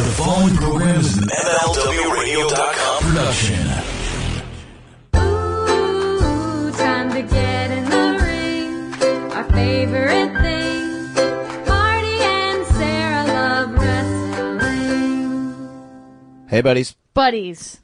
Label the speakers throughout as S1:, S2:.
S1: The following program is an MLWRadio.com production.
S2: Ooh, time to get in the ring. Our favorite thing. Marty and Sarah love wrestling.
S3: Hey, buddies.
S4: buddies.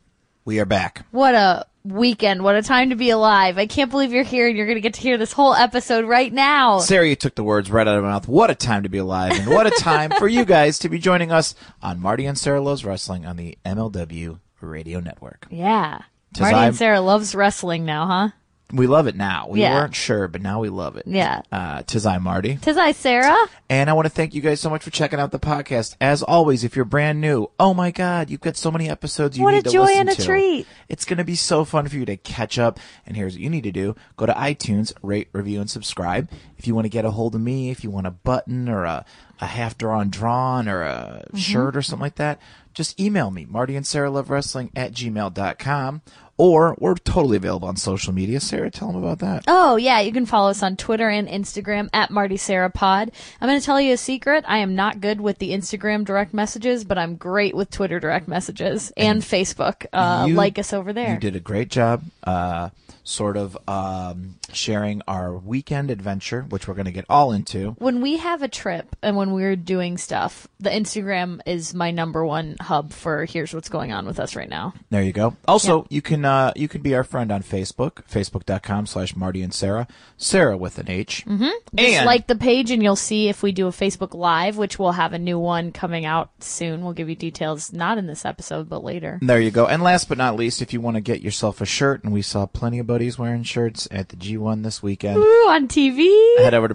S3: We are back.
S4: What a weekend. What a time to be alive. I can't believe you're here and you're going to get to hear this whole episode right now.
S3: Sarah, you took the words right out of my mouth. What a time to be alive, and what a time for you guys to be joining us on Marty and Sarah Loves Wrestling on the MLW Radio Network.
S4: yeah.
S3: 'Tis
S4: Marty
S3: I'm-
S4: and Sarah loves wrestling now, huh?
S3: We love it now. We
S4: Yeah.
S3: weren't sure, but now we love it.
S4: Yeah.
S3: Uh, tis I, Marty.
S4: Tis I, Sarah.
S3: And I want to thank you guys so much for checking out the podcast. As always, if you're brand new, oh my God, you've got so many episodes you
S4: What a
S3: need to
S4: joy
S3: listen
S4: and a
S3: to.
S4: treat.
S3: It's going to be so fun for you to catch up. And here's what you need to do. Go to iTunes, rate, review, and subscribe. If you want to get a hold of me, if you want a button or a, a half drawn drawn or a
S4: Mm-hmm.
S3: shirt or something like that, just email me, Marty and Sarah Love Wrestling at gmail.com. Or we're totally available on social media. Sarah, tell them about that.
S4: Oh, yeah. You can follow us on Twitter and Instagram at Marty Sarah Pod. I'm going to tell you a secret. I am not good with the Instagram direct messages, but I'm great with Twitter direct messages and, Facebook. Uh,
S3: you-
S4: like us over there.
S3: You did a great job, uh, sort of um, sharing our weekend adventure, which we're going to get all into.
S4: when we have a trip and when we're doing stuff, the Instagram is my number one hub for here's what's going on with us right now.
S3: There you go. Also, you can uh, you can be our friend on Facebook, facebook.com slash Marty and Sarah, Sarah with an H. Mm-hmm.
S4: Just
S3: And
S4: like the page, and you'll see if we do a Facebook Live, which we'll have a new one coming out soon. We'll give you details, not in this episode, but later.
S3: there you go. And last but not least, if you want to get yourself a shirt, and we saw plenty of buddies wearing shirts at the G1 this weekend.
S4: Ooh, on TV.
S3: Head over to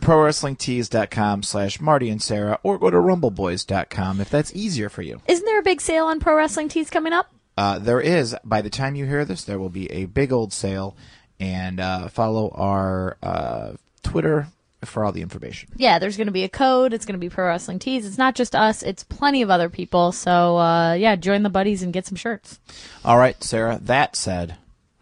S3: prowrestlingtees.com slash Marty and Sarah or go to rumbleboys.com if that's easier for you.
S4: Isn't there a big sale on pro wrestling tees coming up?
S3: Uh, there is, by the time you hear this, there will be a big old sale. And uh, follow our uh, Twitter for all the information.
S4: Yeah, there's going to be a code. It's going to be pro wrestling tees. It's not just us, it's plenty of other people. So, uh, yeah, join the buddies and get some shirts.
S3: All right, Sarah, that said,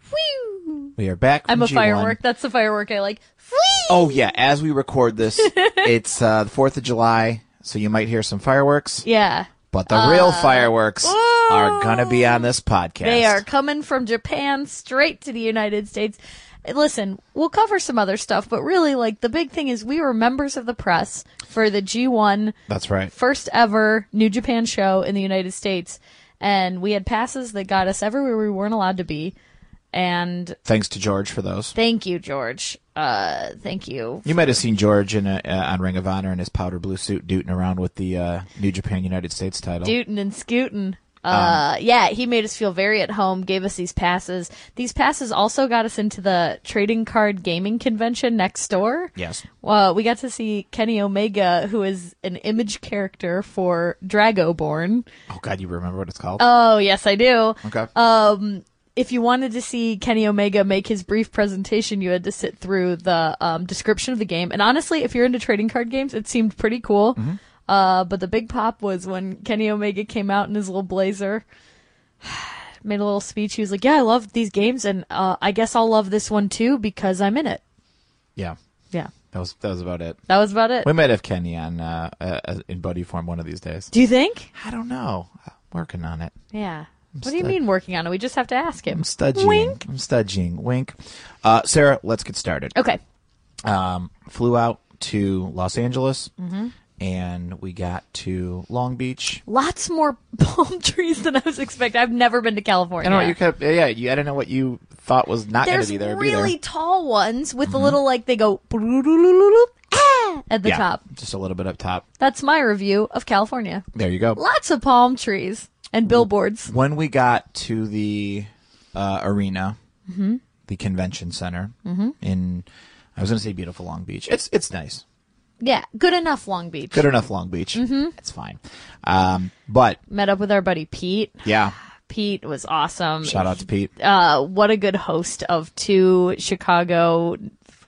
S4: Whew.
S3: we are back. From
S4: I'm a
S3: G1.
S4: firework. That's the firework I like. Whee!
S3: Oh, yeah, as we record this, it's uh, the 4th of July, so you might hear some fireworks,
S4: Yeah. Uh,
S3: but the real fireworks are going to be on this podcast.
S4: They are coming from Japan straight to the United States. Listen, we'll cover some other stuff, but really, like, the big thing is we were members of the press for the G1
S3: That's right.
S4: first ever New Japan show in the United States. And we had passes that got us everywhere we weren't allowed to be. And
S3: Thanks to George for those.
S4: thank you, George. Uh, thank you.
S3: You might have seen George in a, uh, on Ring of Honor in his powder blue suit, dooting around with the uh, New Japan United States title.
S4: Dootin' and scootin'. Uh, yeah, he made us feel very at home, gave us these passes. These passes also got us into the trading card gaming convention next door.
S3: Yes.
S4: Well, we got to see Kenny Omega, who is an image character for Dragoborn.
S3: Oh God, you remember what it's called?
S4: Oh, yes, I do.
S3: okay.
S4: If you wanted to see Kenny Omega make his brief presentation, you had to sit through the um, description of the game. And honestly, if you're into trading card games, it seemed pretty cool.
S3: Mm-hmm.
S4: Uh, but the big pop was when Kenny Omega came out in his little blazer, made a little speech. He was like, "Yeah, I love these games, and uh, I guess I'll love this one too because I'm in it."
S3: yeah,
S4: Yeah,
S3: that was that was about it.
S4: that was about it.
S3: We might have Kenny on uh, uh, in buddy form one of these days.
S4: Do you think?
S3: I don't know. I'm working on it.
S4: Yeah. What do you
S3: stud-
S4: mean working on it? We just have to ask him.
S3: I'm studging.
S4: Wink.
S3: I'm studging. Wink. Uh, Sarah, let's get started.
S4: Okay.
S3: Um, flew out to Los Angeles, and we got to Long Beach.
S4: Lots more palm trees than I was expecting. I've never been to California.
S3: I don't know. What you kept, yeah, you, I don't know what you thought was not going to
S4: There's
S3: be there. be there. Mm-hmm.
S4: really tall ones with a little like they go "Brudulululu, ah," at the
S3: yeah,
S4: top.
S3: just a little bit up top.
S4: That's my review of California.
S3: There you go.
S4: Lots of palm trees and billboards.
S3: when we got to the uh, arena, the convention center in, I was going to say beautiful Long Beach. It's it's nice,
S4: Yeah, good enough Long Beach.
S3: good enough Long Beach. It's fine, um, but
S4: Met up with our buddy Pete.
S3: yeah.
S4: Pete was awesome.
S3: Shout out to Pete.
S4: uh, what a good host of two Chicago.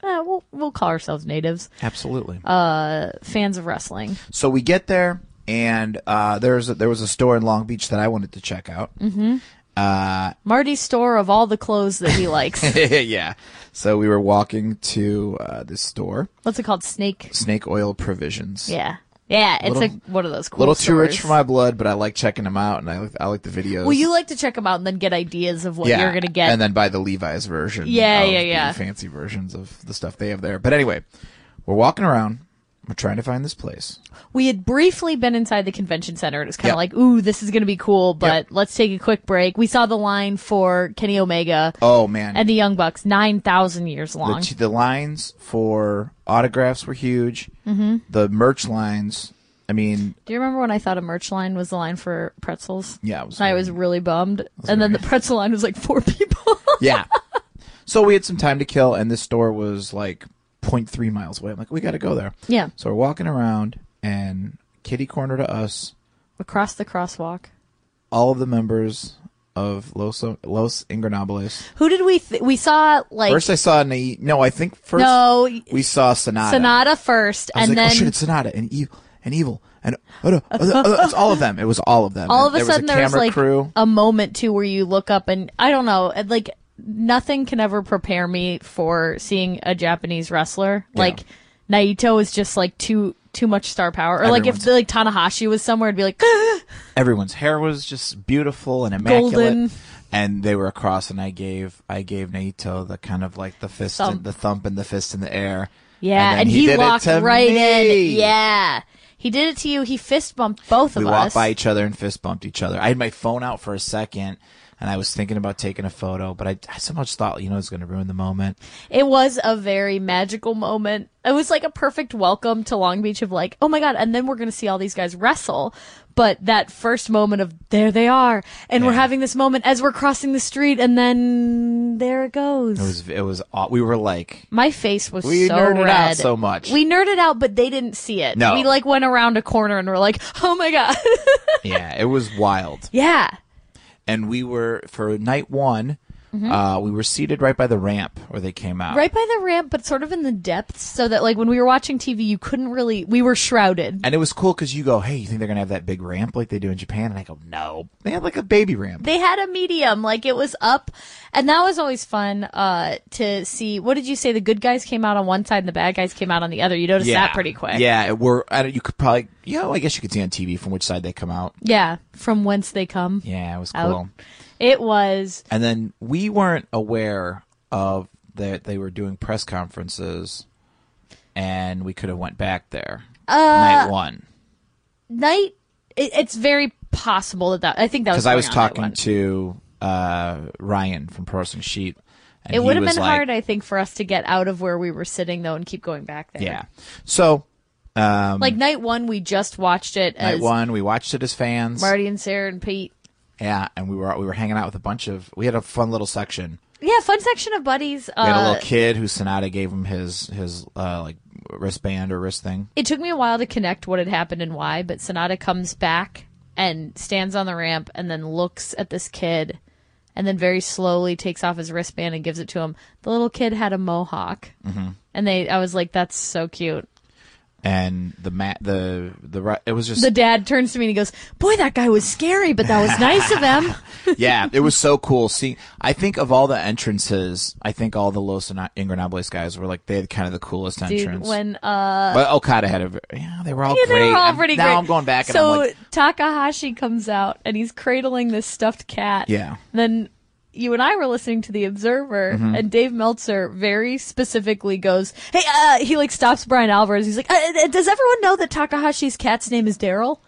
S4: Uh, we'll, we'll call ourselves natives,
S3: Absolutely.
S4: Uh, fans of wrestling.
S3: so we get there, and uh, there's a, there was a store in Long Beach that I wanted to check out. Mm-hmm. Uh,
S4: Marty's store of all the clothes that he likes.
S3: yeah. So we were walking to uh, this store,
S4: What's it called? Snake.
S3: Snake Oil Provisions.
S4: Yeah. Yeah, it's
S3: Little-
S4: like one of those cool
S3: little too rich
S4: stories.
S3: for my blood, but I like checking them out, and I like I like the videos.
S4: Well, you like to check them out and then get ideas of what
S3: yeah,
S4: you're gonna get.
S3: and then buy the Levi's version.
S4: Yeah,
S3: of
S4: yeah,
S3: the
S4: yeah.
S3: fancy versions of the stuff they have there. But anyway, we're walking around. We're trying to find this place.
S4: we had briefly been inside the convention center, and it was kind
S3: Yep.
S4: of like, "Ooh, this is gonna be cool," but let's take a quick break. We saw the line for Kenny Omega
S3: Oh man,
S4: and the Young Bucks nine thousand years
S3: the,
S4: long.
S3: t- the lines for autographs were huge. Mm-hmm. The merch lines. I mean,
S4: Do you remember when I thought a merch line was the line for pretzels?
S3: Yeah, it was
S4: And I was really bummed. and then the pretzel line was like four people.
S3: yeah. so we had some time to kill, and this store was like 0.3 miles away. I'm like, we got to go there.
S4: yeah,
S3: So we're walking around, and kitty corner to us,
S4: across the crosswalk.
S3: all of the members of Los Los Ingranables.
S4: Who did we th- we saw like
S3: First, I saw Nai. No, I think first
S4: no
S3: we saw Sonata.
S4: Sonata first,
S3: I was
S4: and
S3: like,
S4: then
S3: oh shit, it's Sonata and evil and evil and uh, uh, uh, uh, it's all of them. It was all of them.
S4: all of
S3: And
S4: a sudden
S3: there
S4: there was
S3: camera
S4: like
S3: crew.
S4: a moment too where you look up and I don't know, and, like nothing can ever prepare me for seeing a Japanese wrestler. Like Naito is just like too too much star power, or like if
S3: Everyone's-
S4: the, like Tanahashi was somewhere, it'd be like
S3: Everyone's hair was just beautiful and immaculate.
S4: Golden.
S3: And they were across, and I gave I gave Naito the kind of like the fist, and
S4: Thump.
S3: the thump, and the fist in the air.
S4: yeah,
S3: then
S4: and, he,
S3: did it
S4: walked
S3: to
S4: right
S3: me.
S4: in, yeah. He did it to you. He fist bumped both
S3: we
S4: of
S3: walked
S4: us.
S3: by each other and fist bumped each other. I had my phone out for a second, and I was thinking about taking a photo, but I, I so much thought, you know, it's going to ruin the moment.
S4: It was a very magical moment. It was like a perfect welcome to Long Beach of like, oh my god, and then we're gonna see all these guys wrestle. But that first moment of there they are, and we're
S3: Yeah.
S4: having this moment as we're crossing the street, and then there it goes.
S3: It was it was aw- we were like
S4: My face was
S3: We
S4: so
S3: nerded
S4: red.
S3: out so much.
S4: We nerded out, but they didn't see it.
S3: No.
S4: we like went around a corner and we're like, oh my god,
S3: yeah, it was wild.
S4: yeah,
S3: And we were for night one, uh, we were seated right by the ramp where they came out.
S4: Mm-hmm. right by the ramp, but sort of in the depths, so that like when we were watching TV, you couldn't really. We were shrouded.
S3: And it was cool because you go, hey, you think they're gonna have that big ramp like they do in Japan? And I go, no, they had like a baby ramp.
S4: they had a medium like it was up and that was always fun uh to see what did you say the good guys came out on one side and the bad guys came out on the other you noticed that pretty quick
S3: Yeah, it were. I don't, you could probably, you know, I guess you could see on TV from which side they come out.
S4: Yeah, from whence they come
S3: Yeah, it was
S4: out
S3: cool.
S4: it was
S3: And then we weren't aware of that they were doing press conferences, and we could have went back there
S4: Uh,
S3: night one
S4: night it, it's very possible that that i think that was
S3: because I
S4: going
S3: was
S4: on night
S3: talking
S4: one.
S3: to uh, Ryan from Pro Wrestling Sheet. And
S4: it
S3: he
S4: would have
S3: was
S4: been
S3: like,
S4: hard i think for us to get out of where we were sitting though and keep going back there
S3: Yeah. So
S4: like night one we just watched it
S3: night
S4: as
S3: one, we watched it as fans.
S4: marty and sarah and pete
S3: Yeah, and we were we were hanging out with a bunch of. We had a fun little section.
S4: yeah fun section of buddies uh
S3: We had a little kid who Sonata gave him his his uh, like wristband or wrist thing.
S4: it took me a while to connect what had happened and why, but Sonata comes back and stands on the ramp and then looks at this kid and then very slowly takes off his wristband and gives it to him. The little kid had a mohawk. Mm-hmm. And they I was like, that's so cute.
S3: And the mat, the the ri- it was just
S4: The dad turns to me and he goes, Boy, that guy was scary, but that was nice of him.
S3: yeah, it was so cool. See, I think of all the entrances, I think all the Los Ana- Ingranables guys were like they had kind of the coolest
S4: Dude,
S3: entrance.
S4: when uh
S3: but Okada had a v- yeah, they were all
S4: Yeah,
S3: great.
S4: they were all
S3: I'm-
S4: pretty
S3: now
S4: great.
S3: I'm going back and
S4: so
S3: I'm like,
S4: Takahashi comes out and he's cradling this stuffed cat.
S3: Yeah. Mm-hmm.
S4: Then you and I were listening to The Observer, and Dave Meltzer very specifically goes, "Hey," uh, he like stops Brian Alvarez. He's like, uh, uh, "Does everyone know that Takahashi's cat's name is Daryl?"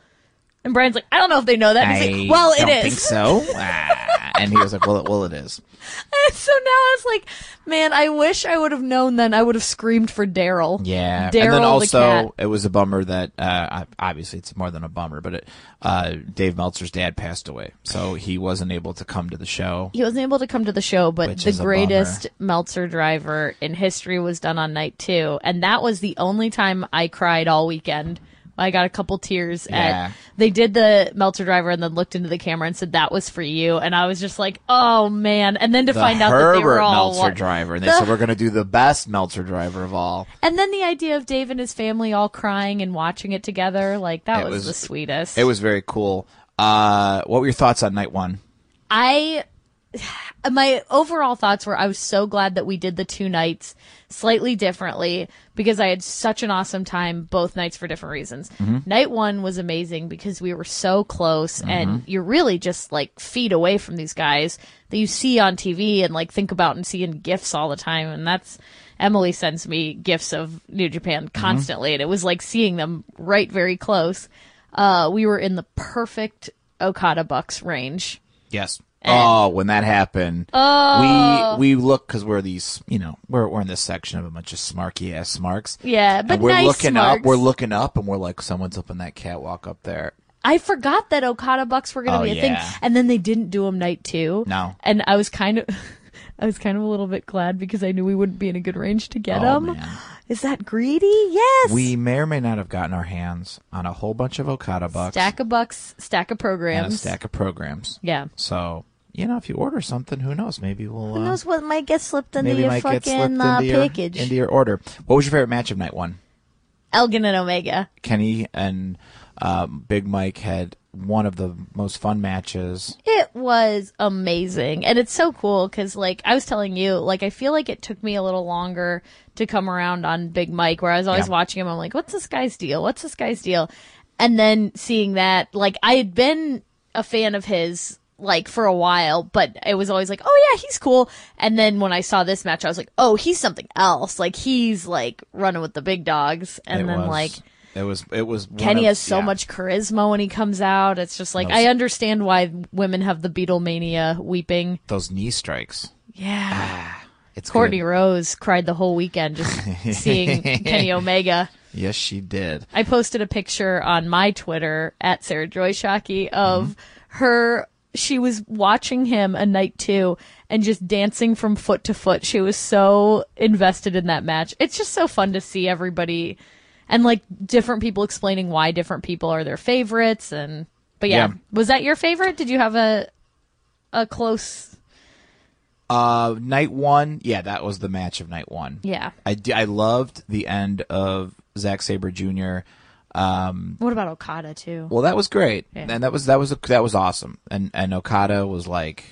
S4: And Brian's like, "I don't know if they know that." And
S3: I
S4: he's like, "Well,
S3: don't
S4: it
S3: think
S4: is."
S3: so. Ah. and he was like, well, it, well, it is.
S4: so now I was like, "Man, I wish I would have known then. I would have screamed for Daryl."
S3: Yeah,
S4: Daryl
S3: and then
S4: the
S3: also
S4: cat.
S3: it was a bummer that uh, I- obviously it's more than a bummer, but it, uh, Dave Meltzer's dad passed away, so he wasn't able to come to the show.
S4: he wasn't able to come to the show, but
S3: Which
S4: the
S3: is a
S4: greatest Meltzer driver in history was done on night two, and that was the only time I cried all weekend. I got a couple tears
S3: Yeah.
S4: at they did the Meltzer driver and then looked into the camera and said that was for you, and I was just like, oh man! And then to
S3: The
S4: find out
S3: Herbert
S4: that they were all
S3: Meltzer
S4: one-
S3: driver, and they
S4: The-
S3: said we're going to do the best Meltzer driver of all.
S4: and then the idea of Dave and his family all crying and watching it together, like that
S3: It
S4: was,
S3: was-
S4: the sweetest.
S3: It was very cool. Uh, what were your thoughts on night one?
S4: I my overall thoughts were I was so glad that we did the two nights slightly differently because I had such an awesome time both nights for different reasons. Night one was amazing because we were so close and you're really just like feet away from these guys that you see on TV and like think about and see in gifts all the time. And that's Emily sends me gifts of New Japan constantly and it was like seeing them right very close. Uh, we were in the perfect Okada Bucks range.
S3: Yes. oh, when that happened, oh. we we look because we're these, you know, we're we're in this section of a bunch of smarky ass smarks.
S4: Yeah, but
S3: and we're
S4: nice
S3: looking up.
S4: smarks.
S3: We're looking up, and we're like, someone's up on that catwalk up there.
S4: I forgot that Okada Bucks were going to
S3: Oh,
S4: be a
S3: yeah.
S4: thing, and then they didn't do them night two.
S3: No.
S4: and I was kind of, I was kind of a little bit glad because I knew we wouldn't be in a good range to get
S3: Oh,
S4: them.
S3: man.
S4: Is that greedy? Yes.
S3: We may or may not have gotten our hands on a whole bunch of Okada bucks
S4: stack of bucks, stack of
S3: and a
S4: programs.
S3: stack of programs.
S4: Yeah.
S3: So you know, if you order something, who knows? Maybe we'll.
S4: Who
S3: uh,
S4: knows what might get slipped into
S3: Maybe
S4: your
S3: might get slipped
S4: fucking uh,
S3: into, your,
S4: package?
S3: into your order. What was your favorite match of night one?
S4: Elgin and Omega.
S3: Kenny and um, Big Mike had one of the most fun matches.
S4: It was amazing. And it's so cool because, like, I was telling you, like, I feel like it took me a little longer to come around on Big Mike, where I was always
S3: Yeah.
S4: watching him. I'm like, what's this guy's deal? What's this guy's deal? And then seeing that, like, I had been a fan of his, like, for a while, but it was always like, oh, yeah, he's cool. And then when I saw this match, I was like, oh, he's something else. Like, he's, like, running with the big dogs. And
S3: it
S4: then,
S3: was,
S4: like,
S3: it was it was one
S4: Kenny
S3: of-
S4: has so
S3: yeah.
S4: much charisma when he comes out. It's just like
S3: Those-
S4: I understand why women have the Beatlemania weeping.
S3: those knee strikes.
S4: Yeah,
S3: It's
S4: Courtney
S3: good.
S4: Rose cried the whole weekend just seeing Kenny Omega.
S3: Yes, she did.
S4: I posted a picture on my Twitter at Sarah Joy Shockey of her. She was watching him a night two and just dancing from foot to foot. She was so invested in that match. It's just so fun to see everybody and like different people explaining why different people are their favorites. And but yeah,
S3: Yeah.
S4: was that your favorite? Did you have a a close?
S3: Uh, night one, yeah, that was the match of night one.
S4: Yeah.
S3: I d- I loved the end of Zack Saber Jr.
S4: What about Okada too?
S3: Well, that was great,
S4: Yeah.
S3: and that was that was that was awesome. And and Okada was like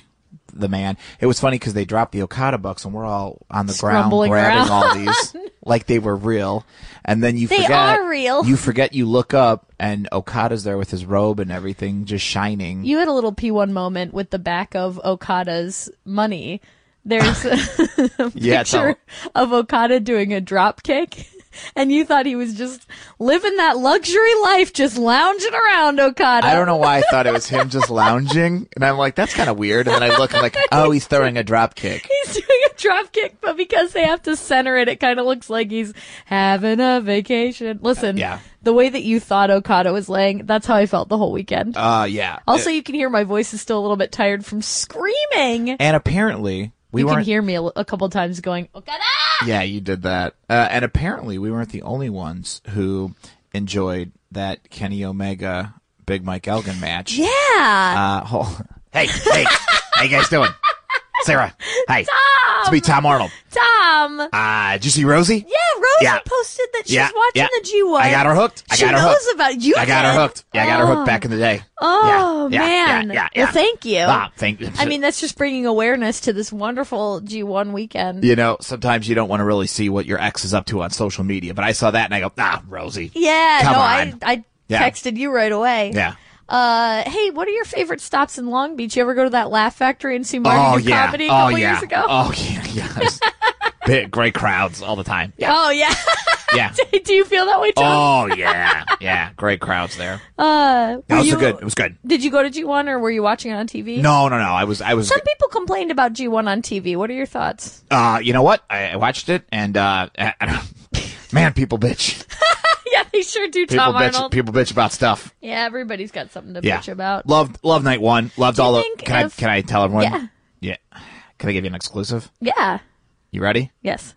S3: the man. It was funny because they dropped the Okada bucks, and we're all on the ground
S4: Scrumbling around.
S3: grabbing all these like they were real. And then you
S4: They
S3: forget
S4: are real.
S3: You forget you look up, and Okada's there with his robe and everything, just shining.
S4: you had a little P1 moment with the back of Okada's money. There's a
S3: yeah, it's all-
S4: picture of Okada doing a drop kick. And you thought he was just living that luxury life, just lounging around Okada.
S3: I don't know why I thought it was him just lounging, and I'm like, that's kind of weird. And then I look, I'm like, oh, he's throwing a drop kick.
S4: He's doing a drop kick, but because they have to center it, it kind of looks like he's having a vacation. Listen,
S3: Yeah.
S4: the way that you thought Okada was laying, that's how I felt the whole weekend.
S3: Uh, yeah.
S4: also, you can hear my voice is still a little bit tired from screaming.
S3: and apparently we
S4: you
S3: weren't.
S4: can hear me a, l- a couple times going, Okada!
S3: yeah, you did that. Uh, and apparently, we weren't the only ones who enjoyed that Kenny Omega Big Mike Elgin match. Yeah.
S4: Yeah.
S3: Uh, oh, hey, hey, how you guys doing? Sarah, hey, it's me, Tom Arnold.
S4: Tom.
S3: Uh, did you see Rosie?
S4: yeah, Rosie
S3: yeah.
S4: posted that she's
S3: Yeah,
S4: watching
S3: yeah.
S4: the G1.
S3: I got her hooked. I
S4: she
S3: got her
S4: knows
S3: hooked.
S4: about you.
S3: I got
S4: did.
S3: her hooked. Yeah, I got her hooked back in the day.
S4: Oh
S3: Yeah, yeah, yeah,
S4: man.
S3: yeah, yeah.
S4: Well, thank you.
S3: Ah, thank you.
S4: I mean, that's just bringing awareness to this wonderful G1 weekend.
S3: you know, sometimes you don't want to really see what your ex is up to on social media, but I saw that and I go, ah, Rosie.
S4: Yeah,
S3: Come
S4: no,
S3: on.
S4: I I
S3: Yeah.
S4: texted you right away.
S3: Yeah.
S4: Uh, hey, what are your favorite stops in Long Beach? You ever go to that Laugh Factory and see Marty
S3: Oh
S4: do
S3: yeah.
S4: comedy a
S3: oh
S4: couple
S3: yeah.
S4: years ago?
S3: Oh yeah. Yes. Big, great crowds all the time. Yeah.
S4: Oh, yeah.
S3: Yeah.
S4: Do you feel that way, Tom?
S3: oh yeah. Yeah. Great crowds there.
S4: uh, were
S3: Oh, That was
S4: you-
S3: good. It was good.
S4: Did you go to G1 or were you watching it on TV?
S3: No, no, no. I was, I was.
S4: Some people complained about G1 on TV. What are your thoughts?
S3: Uh, you know what? I, I watched it and uh, I, I don't, man, people bitch.
S4: yeah, they sure do,
S3: People
S4: Tom
S3: bitch.
S4: Arnold.
S3: People bitch about stuff.
S4: yeah, everybody's got something to
S3: Yeah.
S4: bitch about.
S3: Loved, loved night one. Loved
S4: you
S3: all the.
S4: think
S3: Can
S4: if-
S3: I, can I tell everyone?
S4: Yeah.
S3: Yeah. Can I give you an exclusive?
S4: yeah.
S3: You ready?
S4: Yes.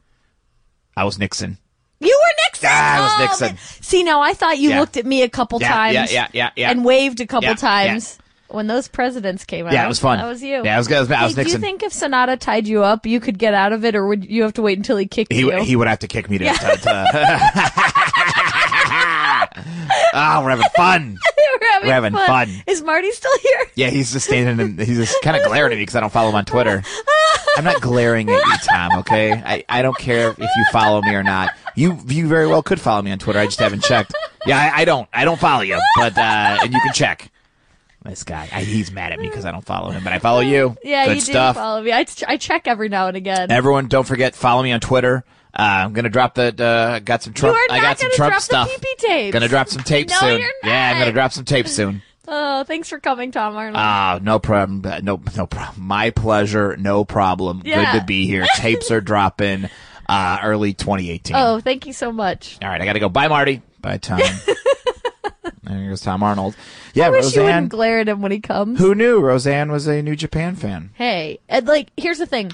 S3: I was Nixon.
S4: You were Nixon.
S3: Ah, I was
S4: Oh,
S3: Nixon.
S4: man. See, now I thought you
S3: Yeah.
S4: looked at me a couple
S3: Yeah,
S4: times.
S3: yeah, yeah, yeah, yeah.
S4: And waved a couple
S3: Yeah, yeah.
S4: times when those presidents came out.
S3: Yeah, it was fun.
S4: That was you.
S3: Yeah, it was good. It was- I
S4: Hey,
S3: was
S4: do you
S3: Nixon.
S4: think if Sonata tied you up, you could get out of it, or would you have to wait until he kicked
S3: He,
S4: you?
S3: he would have to kick me to. to- to- Ah, we're having fun.
S4: They were having having,
S3: We're having fun.
S4: Is Marty still here?
S3: Yeah, he's just standing and he's just kind of glaring at me because I don't follow him on Twitter. I'm not glaring at you, Tom, okay? I, I don't care if you follow me or not. You you very well could follow me on Twitter. I just haven't checked. Yeah, I, I don't. I don't follow you, but uh, and you can check. This guy, I, he's mad at me because I don't follow him, but I follow you.
S4: Yeah,
S3: Good
S4: you
S3: stuff.
S4: do follow me. I, I check every now and again.
S3: Everyone, don't forget, follow me on Twitter. Uh, I'm gonna drop the uh, got some Trump.
S4: You are
S3: I
S4: not
S3: got some
S4: gonna
S3: Trump
S4: drop the
S3: stuff.
S4: pee-pee tapes.
S3: Gonna drop some tapes
S4: No,
S3: soon.
S4: you're
S3: Yeah, I'm
S4: not.
S3: gonna drop some tapes soon.
S4: oh, thanks for coming, Tom Arnold.
S3: Ah, no problem. Uh, No, no problem. My pleasure. No problem.
S4: Yeah.
S3: Good to be here. Tapes are dropping uh, early 2018.
S4: oh, thank you so much.
S3: All right, I gotta go. Bye, Marty. Bye, Tom. there goes Tom Arnold. Yeah,
S4: I wish you
S3: Roseanne.
S4: wouldn't glare at him when he comes.
S3: who knew Roseanne was a New Japan fan?
S4: Hey, and like, here's the thing.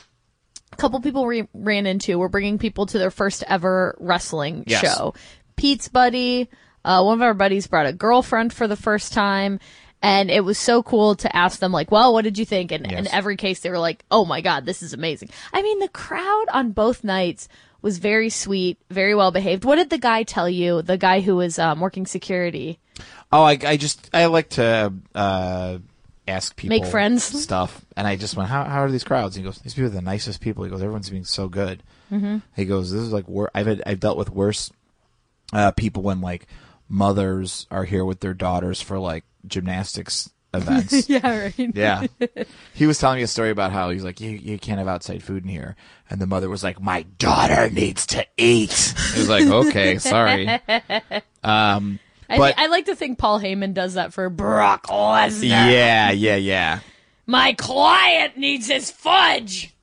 S4: A couple people re- ran into. We're bringing people to their first ever wrestling
S3: Yes.
S4: show. Pete's buddy, uh, one of our buddies brought a girlfriend for the first time. And it was so cool to ask them, like, well, what did you think? And in
S3: Yes.
S4: every case, they were like, oh my God, this is amazing. I mean, the crowd on both nights was very sweet, very well behaved. What did the guy tell you? The guy who was um, working security?
S3: Oh, I, I just I like to uh, ask people
S4: Make friends.
S3: stuff, and I just went, how, how are these crowds? And he goes, these people are the nicest people. He goes, everyone's being so good. Mm-hmm. He goes, this is like wor- I've had, I've dealt with worse uh, people when like mothers are here with their daughters for like gymnastics events.
S4: Yeah, right.
S3: Yeah. he was telling me a story about how he's like, you, you can't have outside food in here. And the mother was like, my daughter needs to eat. He was like, okay, sorry. Um,
S4: I,
S3: but
S4: I like to think Paul Heyman does that for Brock Lesnar.
S3: yeah, yeah, yeah.
S4: My client needs his fudge.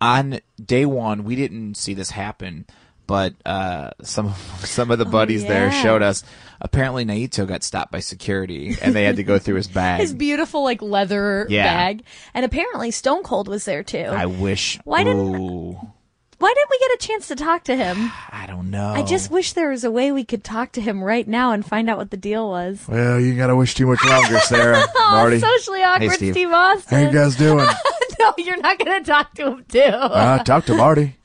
S3: on day one, we didn't see this happen, but uh, some some of the buddies there
S4: Oh, yeah.
S3: showed us. Apparently, Naito got stopped by security, and they had to go through his bag.
S4: His beautiful like leather
S3: Yeah.
S4: bag, and apparently Stone Cold was there too.
S3: I wish.
S4: Why didn't-
S3: Ooh,
S4: Why didn't we get a chance to talk to him?
S3: I don't know.
S5: Oh.
S4: I just wish there was a way we could talk to him right now and find out what the deal was.
S3: Well, you gotta wish too much longer, Sarah.
S4: Oh,
S3: Marty.
S4: socially awkward,
S3: Steve.
S4: Austin.
S3: guys doing?
S4: no, you're not gonna talk to him too.
S3: uh, talk to Marty.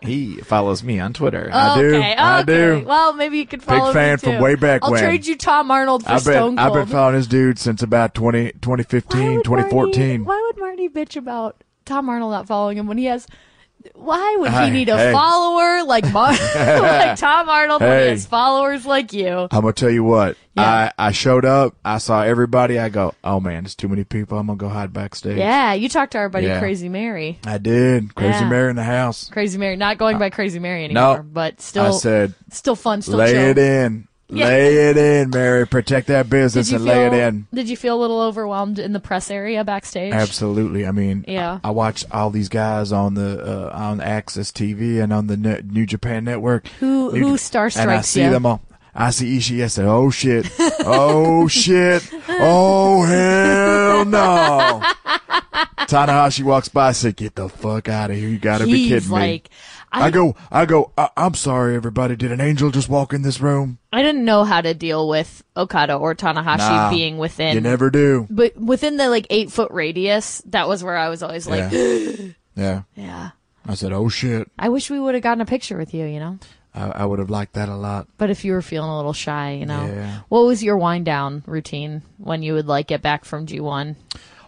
S3: he follows me on Twitter. I
S4: okay,
S3: do.
S4: okay.
S5: I do.
S4: Well, maybe you could follow me,
S5: fan from
S4: too.
S5: way back
S4: I'll
S5: when.
S4: trade you Tom Arnold for
S5: I've
S4: Stone
S5: been,
S4: Cold.
S5: I've been following this dude since about 20,
S4: Why
S5: 2015,
S4: would
S5: 2014.
S4: Marty- why would Marty bitch about Tom Arnold not following him when he has? Why would he
S5: Hey,
S4: need a
S5: hey.
S4: follower like Mar- like Tom Arnold when he
S5: Hey.
S4: has followers like you?
S5: I'm going to tell you what.
S4: Yeah.
S5: I, I showed up. I saw everybody. I go, oh man, there's too many people. I'm going to go hide backstage.
S4: Yeah, you talked to our buddy
S5: Yeah.
S4: Crazy Mary.
S5: I did. Crazy
S4: Yeah.
S5: Mary in the house.
S4: Crazy Mary, not going by Crazy Mary anymore, but still,
S5: I said,
S4: still fun, still
S5: lay
S4: chill.
S5: it in.
S4: Yeah.
S5: Lay it in, Mary. Protect that
S4: Did
S5: business
S4: you
S5: and lay it
S4: feel-
S5: in.
S4: Did you feel a little overwhelmed in the press area backstage?
S5: Absolutely. I mean,
S4: Yeah.
S5: I, I watch all these guys on the uh, on Access TV and on the ne- New Japan Network.
S4: Who-
S5: New
S4: who
S5: Ja-
S4: star
S5: And I
S4: strikes
S5: see
S4: ya?
S5: them all. I see Ishii. I say, "Oh shit! Oh shit! Oh hell no!" Tanahashi walks by. I say, "Get the fuck out of here! You gotta
S4: He's
S5: be kidding me!"
S4: like,
S5: I, go, I go. I- I'm sorry, everybody. Did an angel just walk in this room?
S4: I didn't know how to deal with Okada or Tanahashi
S5: Nah,
S4: being within
S5: you never do.
S4: but within the like eight foot radius, that was where I was always like, yeah.
S5: Yeah. I said, "Oh shit!"
S4: I wish we would have gotten a picture with you, you know.
S5: I, I would have liked that a lot.
S4: But if you were feeling a little shy, you know,
S5: Yeah.
S4: what was your wind down routine when you would like get back from G one?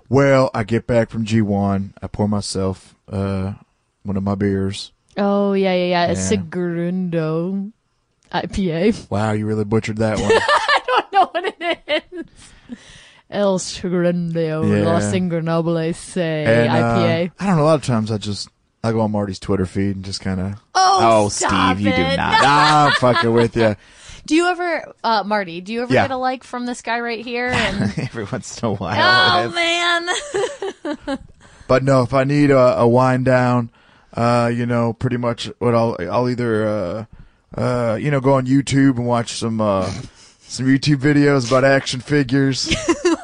S5: Well, I get back from G1. I pour myself uh, one of my beers.
S4: Oh yeah, yeah, yeah, a
S5: Yeah.
S4: Segundo IPA.
S5: Wow, you really butchered that one.
S4: I don't know what it is. El Segundo
S5: Yeah.
S4: Los Ingrenobles Say
S5: And, uh,
S4: IPA.
S5: I don't know. A lot of times I just I go on Marty's Twitter feed and just kind of
S4: Oh,
S3: Oh,
S4: stop
S3: Steve, you do
S4: it.
S3: not.
S5: ah, I'm fucking with you.
S4: Do you ever, uh, Marty? Do you ever
S5: Yeah.
S4: get a like from this guy right here? And,
S3: Every once in a while.
S4: oh
S3: That's-
S4: man.
S5: But no, if I need a, a wind down, uh, you know, pretty much what I'll I'll either uh, uh, you know go on YouTube and watch some uh, some YouTube videos about action figures.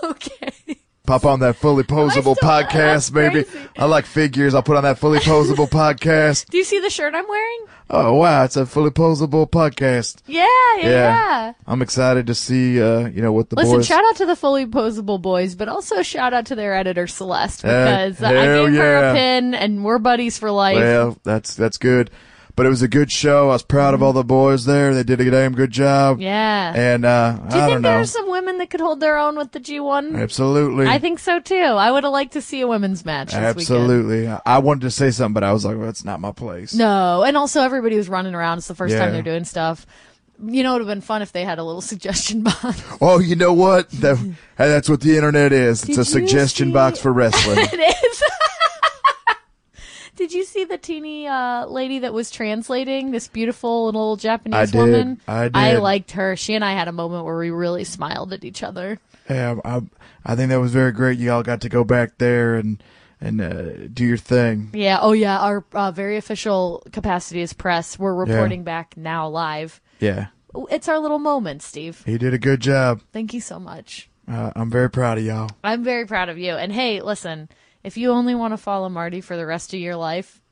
S4: okay.
S5: Pop on that fully posable
S4: still- that's
S5: podcast, maybe.
S4: crazy.
S5: I like figures. I'll put on that fully posable podcast.
S4: Do you see the shirt I'm wearing?
S5: Oh wow, it's a fully posable podcast.
S4: Yeah, yeah. yeah.
S5: I'm excited to see uh, you know what the
S4: Listen,
S5: boys
S4: shout out to the fully posable boys, but also shout out to their editor Celeste because I
S5: Uh, hell
S4: gave her a
S5: yeah.
S4: pin, and we're buddies for life.
S5: Well, that's that's good. But it was a good show. I was proud of all the boys there. They did a damn good job.
S4: Mm-hmm. Yeah.
S5: And uh,
S4: Do you
S5: I
S4: think
S5: don't
S4: there
S5: know.
S4: are some women that could hold their own with the G1?
S5: Absolutely.
S4: I think so too. I would have liked to see a women's match. This Weekend.
S5: Absolutely. I- I wanted to say something, but I was like, well, that's not my place.
S4: No, and also everybody was running around. It's the first time
S5: Yeah.
S4: they're doing stuff. You know, it would have been fun if they had a little suggestion box.
S5: Oh, you know what? That, hey, that's what the internet is. It's
S4: Did
S5: a
S4: you
S5: suggestion
S4: see-
S5: box for wrestling.
S4: it is. Did you see the teeny uh, lady that was translating? This beautiful little Japanese
S5: I did.
S4: woman.
S5: I
S4: I
S5: did.
S4: liked her. She and I had a moment where we really smiled at each other.
S5: yeah, I, I think that was very great. You all got to go back there and and uh, do your thing.
S4: Yeah. Oh, yeah. Our uh, very official capacity is press. We're reporting back now live.
S5: Yeah,
S4: It's our little moment, Steve.
S5: he did a good job.
S4: Thank you so much.
S5: Uh, I'm very proud of y'all.
S4: I'm very proud of you. And hey, listen, if you only want to follow Marty for the rest of your life,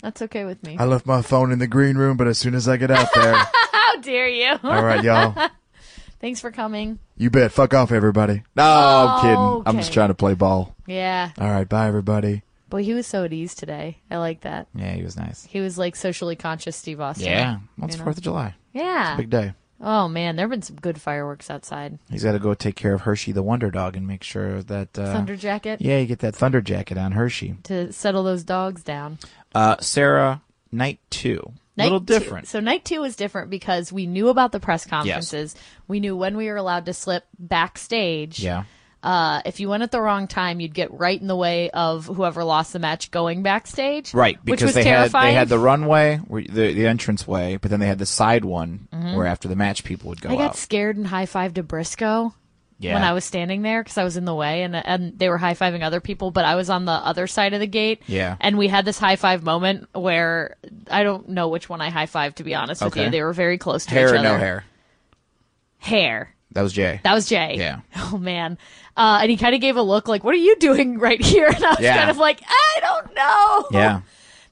S4: that's okay with me.
S5: I left my phone in the green room, but as soon as I get out there,
S4: How dare you?
S5: all right, y'all.
S4: Thanks for coming.
S5: You bet. Fuck off, everybody. No, I'm kidding. I'm just
S4: Okay.
S5: trying to play ball.
S4: Yeah.
S5: All right, bye, everybody.
S4: Boy, he was so at ease today. I like that.
S3: Yeah, he was nice.
S4: He was like socially conscious Steve Austin.
S3: Yeah. Well, it's
S4: You know?
S3: 4th of July.
S4: Yeah.
S5: Big day.
S4: Oh, man. There have been some good fireworks outside.
S3: He's got to go take care of Hershey the Wonder Dog and make sure that. Uh,
S4: Thunder jacket
S3: Yeah, you get that Thunder Jacket on Hershey.
S4: to settle those dogs down.
S3: Uh, Sarah, night two. A little
S4: Night two-
S3: different.
S4: so night two was different because we knew about the press conferences. We knew when we were allowed to slip backstage.
S3: Yeah.
S4: Uh, if you went at the wrong time, you'd get right in the way of whoever lost the match going backstage.
S3: Right,
S4: which
S3: because
S4: was
S3: they
S4: terrifying.
S3: had they had the runway, where- the the entrance way, but then they had the side one where after the match people would go
S4: Mm-hmm. I got
S3: out.
S4: scared and high fived to Briscoe.
S3: Yeah.
S4: When I was standing there because I was in the way and and they were high fiving other people, but I was on the other side of the gate.
S3: Yeah.
S4: And we had this high five moment where I don't know which one I high fived to be honest with
S3: Okay.
S4: you. They were very close to each
S3: hair or
S4: other.
S3: no hair.
S4: Hair.
S3: That was Jay.
S4: That was Jay.
S3: Yeah.
S4: Oh man. Uh, and he kind of gave a look like, "What are you doing right here?" And I was
S3: Yeah.
S4: kind of like, "I don't know."
S3: yeah.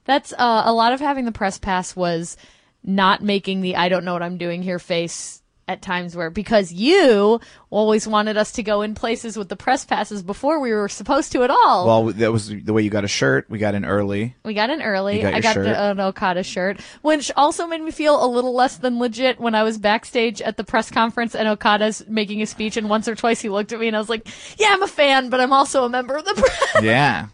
S4: That's uh, a lot of having the press pass was not making the "I don't know what I'm doing here" face at times where because you always wanted us to go in places with the press passes before we were supposed to at all.
S3: Well, that was the way you got a shirt. We got in early.
S4: we got in early.
S3: You got
S4: I
S3: your
S4: got
S3: shirt.
S4: The, an Okada shirt, which also made me feel a little less than legit when I was backstage at the press conference and Okada's making a speech. And once or twice he looked at me and I was like, "Yeah, I'm a fan, but I'm also a member of the press."
S3: yeah,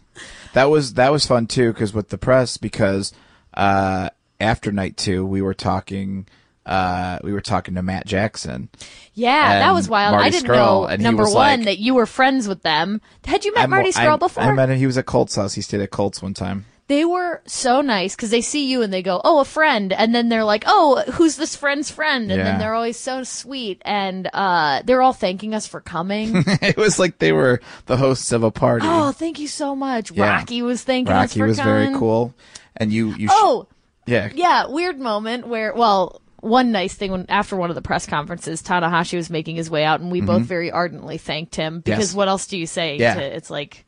S3: that was that was fun too because with the press because uh, after night two we were talking uh, we were talking to Matt Jackson.
S4: Yeah, that
S3: and
S4: was wild. I
S3: Marty
S4: didn't
S3: Scurll,
S4: know
S3: and he
S4: number
S3: was
S4: one
S3: like-
S4: that you were friends with them. Had you met
S3: I'm-
S4: Marty Scurll
S3: I'm-
S4: before?
S3: I met him. He was at Colts house. He stayed at Colts one time.
S4: they were so nice because they see you and they go, "Oh, a friend," and then they're like, "Oh, who's this friend's friend?" And
S3: Yeah.
S4: then they're always so sweet, and uh, they're all thanking us for coming.
S3: it was like they were the hosts of a party.
S4: oh, thank you so much.
S3: Yeah.
S4: Rocky was thanking us
S3: Rocky
S4: for
S3: was
S4: coming.
S3: very cool, and you you sh-
S4: Oh,
S3: yeah
S4: yeah, weird moment where well. One nice thing when after one of the press conferences, Tanahashi was making his way out, and we both very ardently thanked him because
S3: Mm-hmm. Yes.
S4: what else do you say?
S3: Yeah.
S4: To, it's like,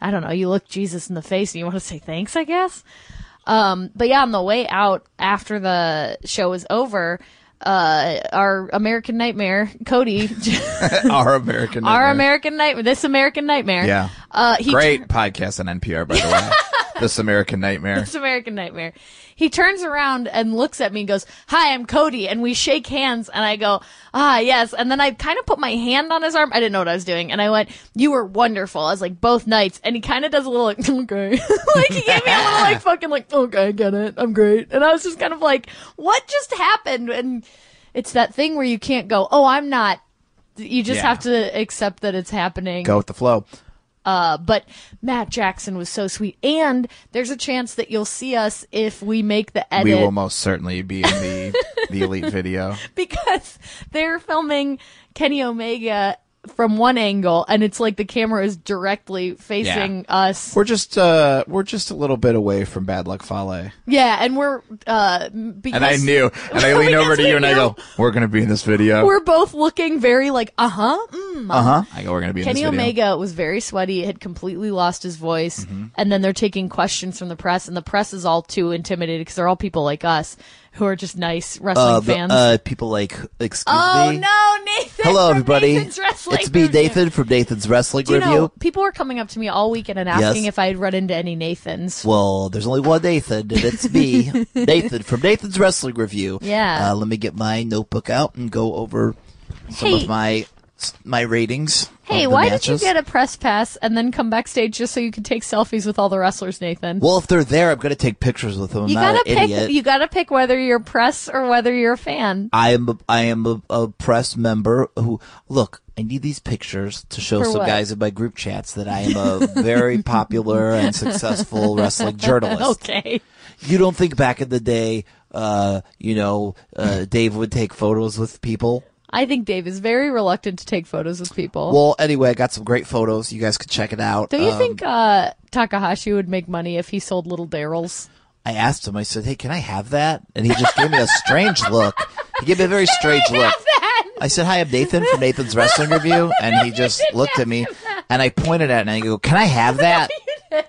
S4: I don't know. You look Jesus in the face, and you want to say thanks, I guess. Um, but yeah, on the way out after the show was over, uh, our American Nightmare, Cody,
S3: our American
S4: our
S3: Nightmare.
S4: American Nightmare, this American Nightmare,
S3: yeah
S4: uh, he
S3: great podcast on NPR by the way this American Nightmare
S4: It's American Nightmare. He turns around and looks at me and goes, Hi, I'm Cody. And we shake hands and I go, Ah, yes. And then I kind of put my hand on his arm. I didn't know what I was doing. And I went, You were wonderful. I was like, Both nights. And he kind of does a little like, Okay. like he gave me a little like fucking like, Okay, I get it. I'm great. And I was just kind of like, What just happened? And it's that thing where you can't go, Oh, I'm not. You just
S3: Yeah.
S4: have to accept that it's happening
S3: go with the flow
S4: Uh, but Matt Jackson was so sweet. And there's a chance that you'll see us if we make the edit
S3: we will most certainly be in the the elite video
S4: because they're filming Kenny Omega from one angle and it's like the camera is directly facing us.
S3: we're just uh we're just a little bit away from Bad Luck Fale
S4: yeah, and we're uh because
S3: and I knew and I lean
S4: Because
S3: over to
S4: we
S3: you and I
S4: knew.
S3: go we're gonna be in this video
S4: we're both looking very like, uh-huh. Mm,
S6: Uh huh. I go, we're gonna be in
S4: Kenny
S6: this video.
S4: Omega was very sweaty, had completely lost his voice,
S3: Mm-hmm.
S4: and then they're taking questions from the press, and the press is all too intimidated because they're all people like us who are just nice wrestling
S3: Uh, the,
S4: fans.
S3: uh, people like, excuse
S4: oh
S3: me.
S4: no, Nathan!
S3: Hello,
S4: from
S3: everybody.
S4: Nathan's Wrestling
S3: it's me,
S4: Review.
S3: Nathan from Nathan's Wrestling
S4: Do you
S3: Review.
S4: know people were coming up to me all weekend and asking
S3: Yes.
S4: if I had run into any Nathans?
S3: Well, there's only one Nathan, and it's me, Nathan from Nathan's Wrestling Review.
S4: Yeah.
S3: Uh, let me get my notebook out and go over some
S4: Hey.
S3: of my my ratings.
S4: Hey,
S3: of the
S4: why
S3: matches.
S4: did you get a press pass and then come backstage just so you could take selfies with all the wrestlers, Nathan?
S3: Well, if they're there, I'm gonna take pictures with them. I'm
S4: you
S3: not
S4: gotta
S3: an
S4: pick.
S3: idiot.
S4: You gotta pick whether you're press or whether you're a fan.
S3: I am a, I am a, a press member who look. I need these pictures to show
S4: For
S3: some
S4: what?
S3: guys in my group chats that I am a very popular and successful wrestling journalist.
S4: Okay.
S3: You don't think back in the day, uh, you know, uh, Dave would take photos with people.
S4: I think Dave is very reluctant to take photos with people.
S3: Well, anyway, I got some great photos. You guys could check it out.
S4: Don't you
S3: Um,
S4: think uh, Takahashi would make money if he sold little Darrells?
S3: I asked him. I said, "Hey, can I have that?" And he just gave me a strange look. He gave me a very strange look. I said, "Hi, I'm Nathan from Nathan's Wrestling Review," and he just looked at me, and I pointed at it, and I go, "Can I have that?"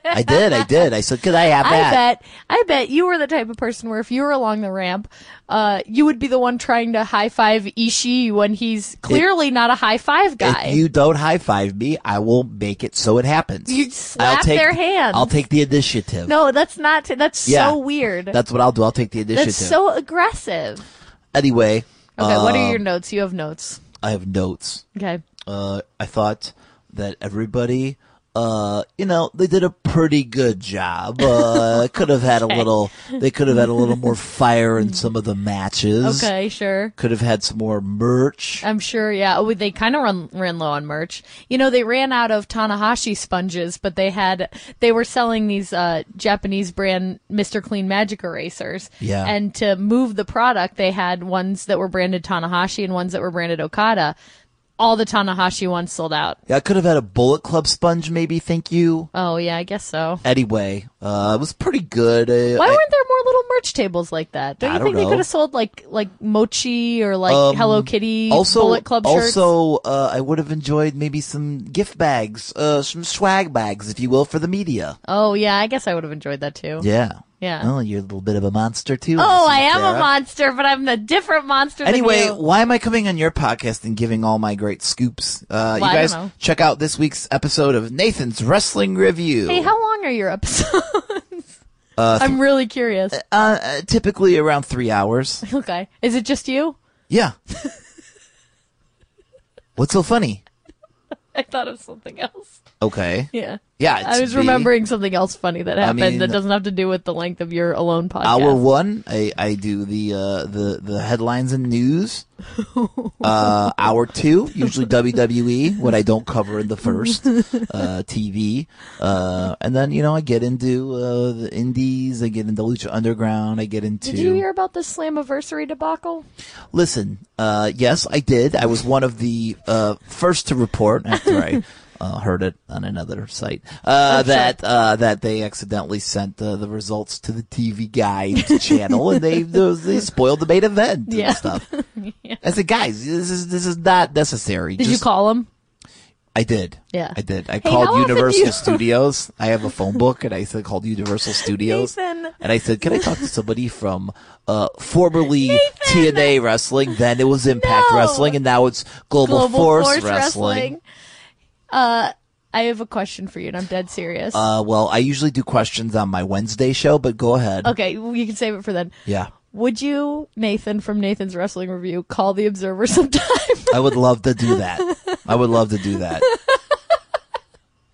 S3: I did. I did. I said, "Could I have
S4: I
S3: that?"
S4: bet, I bet you were the type of person where if you were along the ramp, uh, you would be the one trying to high five Ishii when he's clearly not a high five guy.
S3: If you don't high five me, I will make it so it happens.
S4: You'd slap
S3: I'll take,
S4: their hands.
S3: I'll take the initiative.
S4: no, that's not. That's
S3: Yeah.
S4: so weird.
S3: that's what I'll do. I'll take the initiative.
S4: That's so aggressive.
S3: anyway,
S4: Okay, what
S3: um,
S4: are your notes? You have notes.
S3: I have notes.
S4: Okay.
S3: uh, I thought that everybody, uh, you know, they did a pretty good job. Uh, could have had a little, they could have had a little more fire in some of the matches.
S4: Okay, sure.
S3: Could have had some more merch.
S4: I'm sure, yeah. Oh, they kind of run ran low on merch. You know, they ran out of Tanahashi sponges, but they had they were selling these uh, Japanese brand Mr. Clean Magic erasers.
S3: Yeah.
S4: And to move the product, they had ones that were branded Tanahashi and ones that were branded Okada. All the Tanahashi ones sold out.
S3: Yeah, I could have had a Bullet Club sponge, maybe. Thank you.
S4: Oh yeah, I guess so.
S3: Anyway, uh, it was pretty good. Uh,
S4: Why
S3: I-
S4: weren't there more little merch tables like that? Don't
S3: I
S4: you
S3: don't
S4: think
S3: know. Um,
S4: they could have sold like like mochi or like Hello Kitty
S3: also,
S4: Bullet Club shirts?
S3: also, uh, I would have enjoyed maybe some gift bags, uh, some swag bags, if you will, for the media.
S4: oh yeah, I guess I would have enjoyed that too.
S3: Yeah.
S4: Yeah.
S3: Oh, you're a little bit of a monster too.
S4: Oh,
S3: Miss
S4: I am a
S3: Sarah.
S4: monster, but I'm a different monster
S3: Anyway,
S4: than you.
S3: why am I coming on your podcast and giving all my great scoops? Uh,
S4: Well, I
S3: you guys
S4: don't know.
S3: check out this week's episode of Nathan's Wrestling Review.
S4: Hey, how long are your episodes? I'm really curious.
S3: uh, uh, typically around three hours.
S4: okay. Is it just you?
S3: Yeah. What's so funny?
S4: I thought of something else.
S3: Okay.
S4: Yeah.
S3: Yeah.
S4: I
S3: it's
S4: was
S3: the
S4: remembering something else funny that happened
S3: mean-
S4: that doesn't have to do with the length of your alone podcast.
S3: Hour one, I, I do the uh, the the headlines and news. Uh, hour two, usually WWE, what I don't cover in the first uh, TV, uh, and then you know I get into uh, the indies, I get into Lucha Underground, I get into.
S4: Did you hear about the Slammiversary debacle?
S3: Listen, uh, yes, I did. I was one of the uh, first to report after I uh, heard it on another site uh, that uh, that they accidentally sent uh, the results to the TV Guide channel and they they spoiled the main event
S4: Yeah.
S3: and stuff. I said, guys, this is this is not necessary.
S4: Did you
S3: Just-
S4: call him?
S3: I did.
S4: Yeah.
S3: I did. I
S4: Hey, how
S3: called
S4: often do
S3: Universal
S4: you-
S3: Studios. I have a phone book, and I said called Universal Studios,
S4: Nathan.
S3: and I said, "Can I talk to somebody from uh, formerly TNA Wrestling? Then it was Impact
S4: No.
S3: Wrestling, and now it's Global,
S4: Global
S3: Force,
S4: Force
S3: Wrestling."
S4: Wrestling. Uh, I have a question for you, and I'm dead serious.
S3: Uh, well, I usually do questions on my Wednesday show, but go ahead.
S4: okay, well, you can save it for then.
S3: Yeah,
S4: Would you, Nathan from Nathan's Wrestling Review, call the Observer sometime?
S3: I would love to do that. I would love to do that.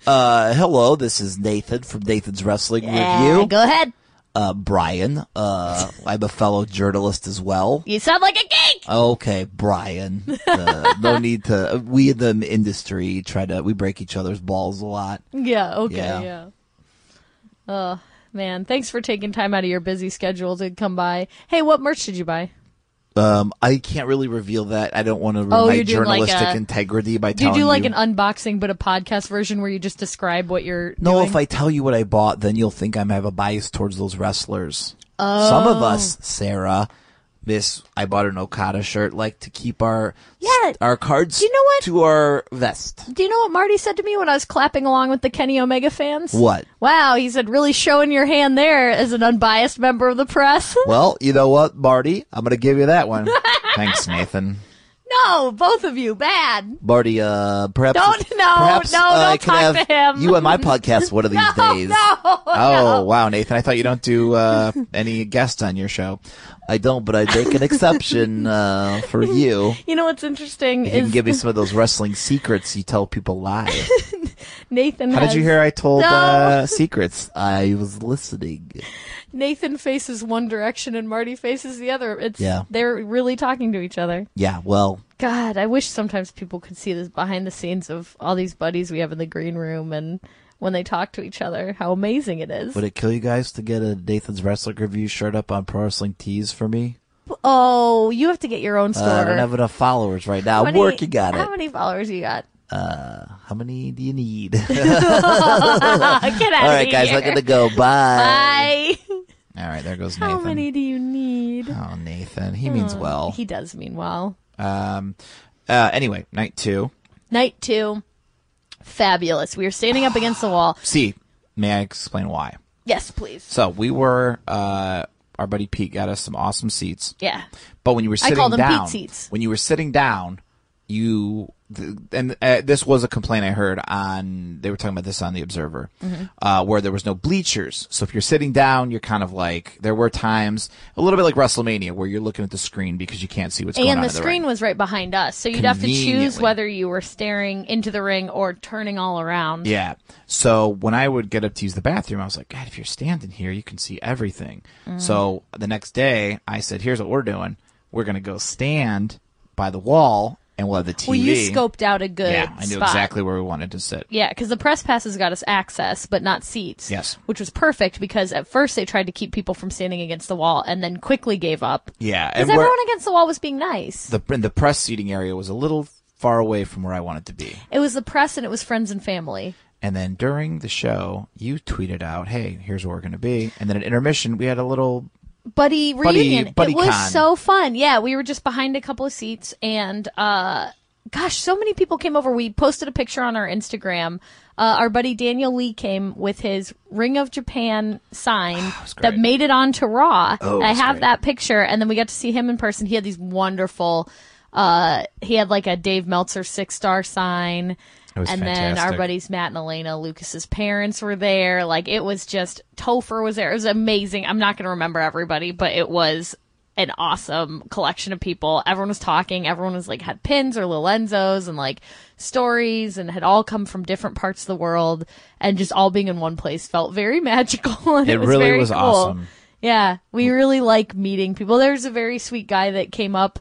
S3: Uh, hello, this is Nathan from Nathan's Wrestling Review.
S4: Eh, go ahead.
S3: uh, Brian. Uh, I'm a fellow journalist as well.
S4: You sound like a geek.
S3: Okay, Brian. Uh, no need to. We in the industry try to. We break each other's balls a lot.
S4: Yeah. Okay. Yeah.
S3: Yeah.
S4: Oh man, thanks for taking time out of your busy schedule to come by. Hey, what merch did you buy?
S3: Um, I can't really reveal that. I don't want to ruin
S4: Oh,
S3: my
S4: you're doing like
S3: journalistic
S4: a-
S3: integrity by
S4: Do you
S3: telling
S4: do like an unboxing but a podcast version where you just describe what you're?
S3: no,
S4: doing?
S3: if I tell you what I
S4: Oh.
S3: bought, then you'll think I am have a bias towards those wrestlers. Some of us, Sarah,
S7: this I bought an Okada shirt like to keep our
S4: Yeah.
S7: our cards
S4: Do you know what?
S7: to our vest.
S4: Do you know what Marty said to me when I was clapping along with the Kenny Omega fans?
S7: What?
S4: Wow, he said, really showing your hand there as an unbiased member of the press.
S7: Well, you know what, Marty? I'm gonna give you that one.
S3: Thanks, Nathan.
S4: no, both of you, bad.
S7: Marty, uh, perhaps
S4: Don't- no,
S7: perhaps,
S4: no,
S7: uh,
S4: don't
S7: I could have
S4: talk to him.
S7: You on my podcast one of these
S4: No,
S7: days.
S4: no.
S3: Oh, wow, Nathan. I thought you don't do uh, any guests on your show.
S7: I don't, but I make an exception uh, for you.
S4: You know what's interesting
S7: You can
S4: is
S7: give me some of those wrestling secrets you tell people live.
S4: Nathan
S3: How did
S4: has-
S3: you hear I told
S4: No.
S3: uh, secrets?
S7: I was listening.
S4: Nathan faces one direction and Marty faces the other. It's
S7: Yeah.
S4: they're really talking to each other.
S7: Yeah, well,
S4: God, I wish sometimes people could see this behind the scenes of all these buddies we have in the green room and when they talk to each other, how amazing it is.
S7: would it kill you guys to get a Nathan's Wrestling Review shirt up on Pro Wrestling Tees for me?
S4: oh, you have to get your own
S7: Uh,
S4: store.
S7: I don't have enough followers right now.
S4: How
S7: I'm
S4: many-
S7: working on
S4: How
S7: it.
S4: many followers you got?
S3: Uh,
S7: How many do you need? All
S4: get out
S7: right, guys, I'm gonna go. Bye.
S4: Bye.
S3: All right, there goes Nathan.
S4: How many do you need?
S3: Oh, Nathan. He means well.
S4: He does meanwhile.
S3: Um, uh, anyway, night two.
S4: Night two. Fabulous. We are standing up against the wall.
S3: See, may I explain why?
S4: Yes, please.
S3: So we were, uh, our buddy Pete got us some awesome seats.
S4: Yeah.
S3: But when you were
S4: I
S3: sitting
S4: call them
S3: down,
S4: Pete seats.
S3: when you were sitting down, you th- and uh, this was a complaint I heard on they were talking about this on the Observer,
S4: Mm-hmm.
S3: uh, where there was no bleachers. So if you're sitting down, you're kind of like there were times a little bit like WrestleMania where you're looking at the screen because you can't see what's going on.
S4: And the
S3: in the
S4: screen
S3: ring.
S4: was right behind us, so you'd have to choose
S3: Conveniently.
S4: whether you were staring into the ring or turning all around.
S3: Yeah. So when I would get up to use the bathroom, I was like, God, if you're standing here, you can see everything.
S4: Mm-hmm.
S3: So the next day, I said, Here's what we're doing. We're gonna go stand by the wall, and we'll have the TV.
S4: Well, you scoped out a good
S3: Yeah, I knew
S4: spot.
S3: exactly where we wanted to sit.
S4: Yeah, because the press passes got us access, but not seats.
S3: Yes.
S4: Which was perfect because at first they tried to keep people from standing against the wall and then quickly gave up.
S3: Yeah,
S4: Because
S3: and where-
S4: everyone against the wall was being nice.
S3: the and the press seating area was a little far away from where I wanted to be.
S4: it was the press and it was friends and family.
S3: And then during the show, you tweeted out, "Hey, here's where we're going to be." And then at intermission, we had a little
S4: buddy
S3: Buddy-
S4: reunion.
S3: buddy
S4: it was
S3: con.
S4: so fun. Yeah, we were just behind a couple of seats, and uh, gosh, so many people came over. We posted a picture on our Instagram. Uh, our buddy Daniel Lee came with his Ring of Japan sign that
S3: great.
S4: made it onto Raw.
S3: Oh, it
S4: I
S3: was
S4: have
S3: great.
S4: that picture, and then we got to see him in person. He had these wonderful. Uh, he had like a Dave Meltzer six star sign.
S3: It was
S4: and then our
S3: fantastic.
S4: buddies Matt and Elena Lucas's parents were there. Like it was just Topher was there. It was amazing. I'm not going to remember everybody, but it was an awesome collection of people. Everyone was talking. Everyone was like had pins or Lolenzos and like stories and had all come from different parts of the world and just all being in one place felt very magical. And it,
S3: It really
S4: very
S3: was
S4: cool.
S3: awesome.
S4: Yeah, we really like meeting people. There's a very sweet guy that came up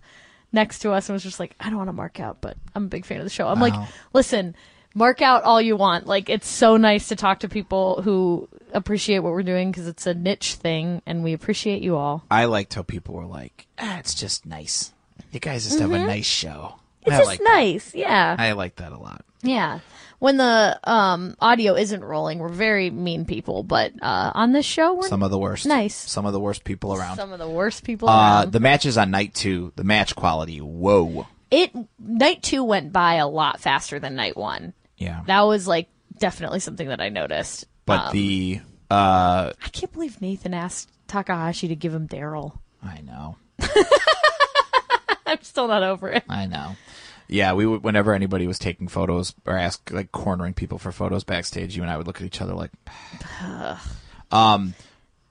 S4: next to us and was just like, I don't want to mark out, but I'm a big fan of the show. I'm like, listen, mark out all you want. Like, it's so nice to talk to people who appreciate what we're doing because it's a niche thing and we appreciate you all.
S3: I liked how people were like, ah, "It's just nice. You guys just have a nice show."
S4: Mm-hmm. It's
S3: I
S4: just
S3: like
S4: nice. Yeah.
S3: That. I like that a lot.
S4: yeah. When the um, audio isn't rolling, we're very mean people, but uh, on this show, we're
S3: Some of the worst.
S4: Nice.
S3: Some of the worst people around.
S4: some of the worst people
S3: uh,
S4: around.
S3: the matches on night two, the match quality, whoa.
S4: it night two went by a lot faster than night one.
S3: Yeah.
S4: That was like definitely something that I noticed.
S3: but
S4: Um,
S3: the uh,
S4: I can't believe Nathan asked Takahashi to give him Daryl.
S3: I know.
S4: I'm still not over it.
S3: I know. Yeah, we would whenever anybody was taking photos or ask like cornering people for photos backstage, you and I would look at each other like
S4: Uh,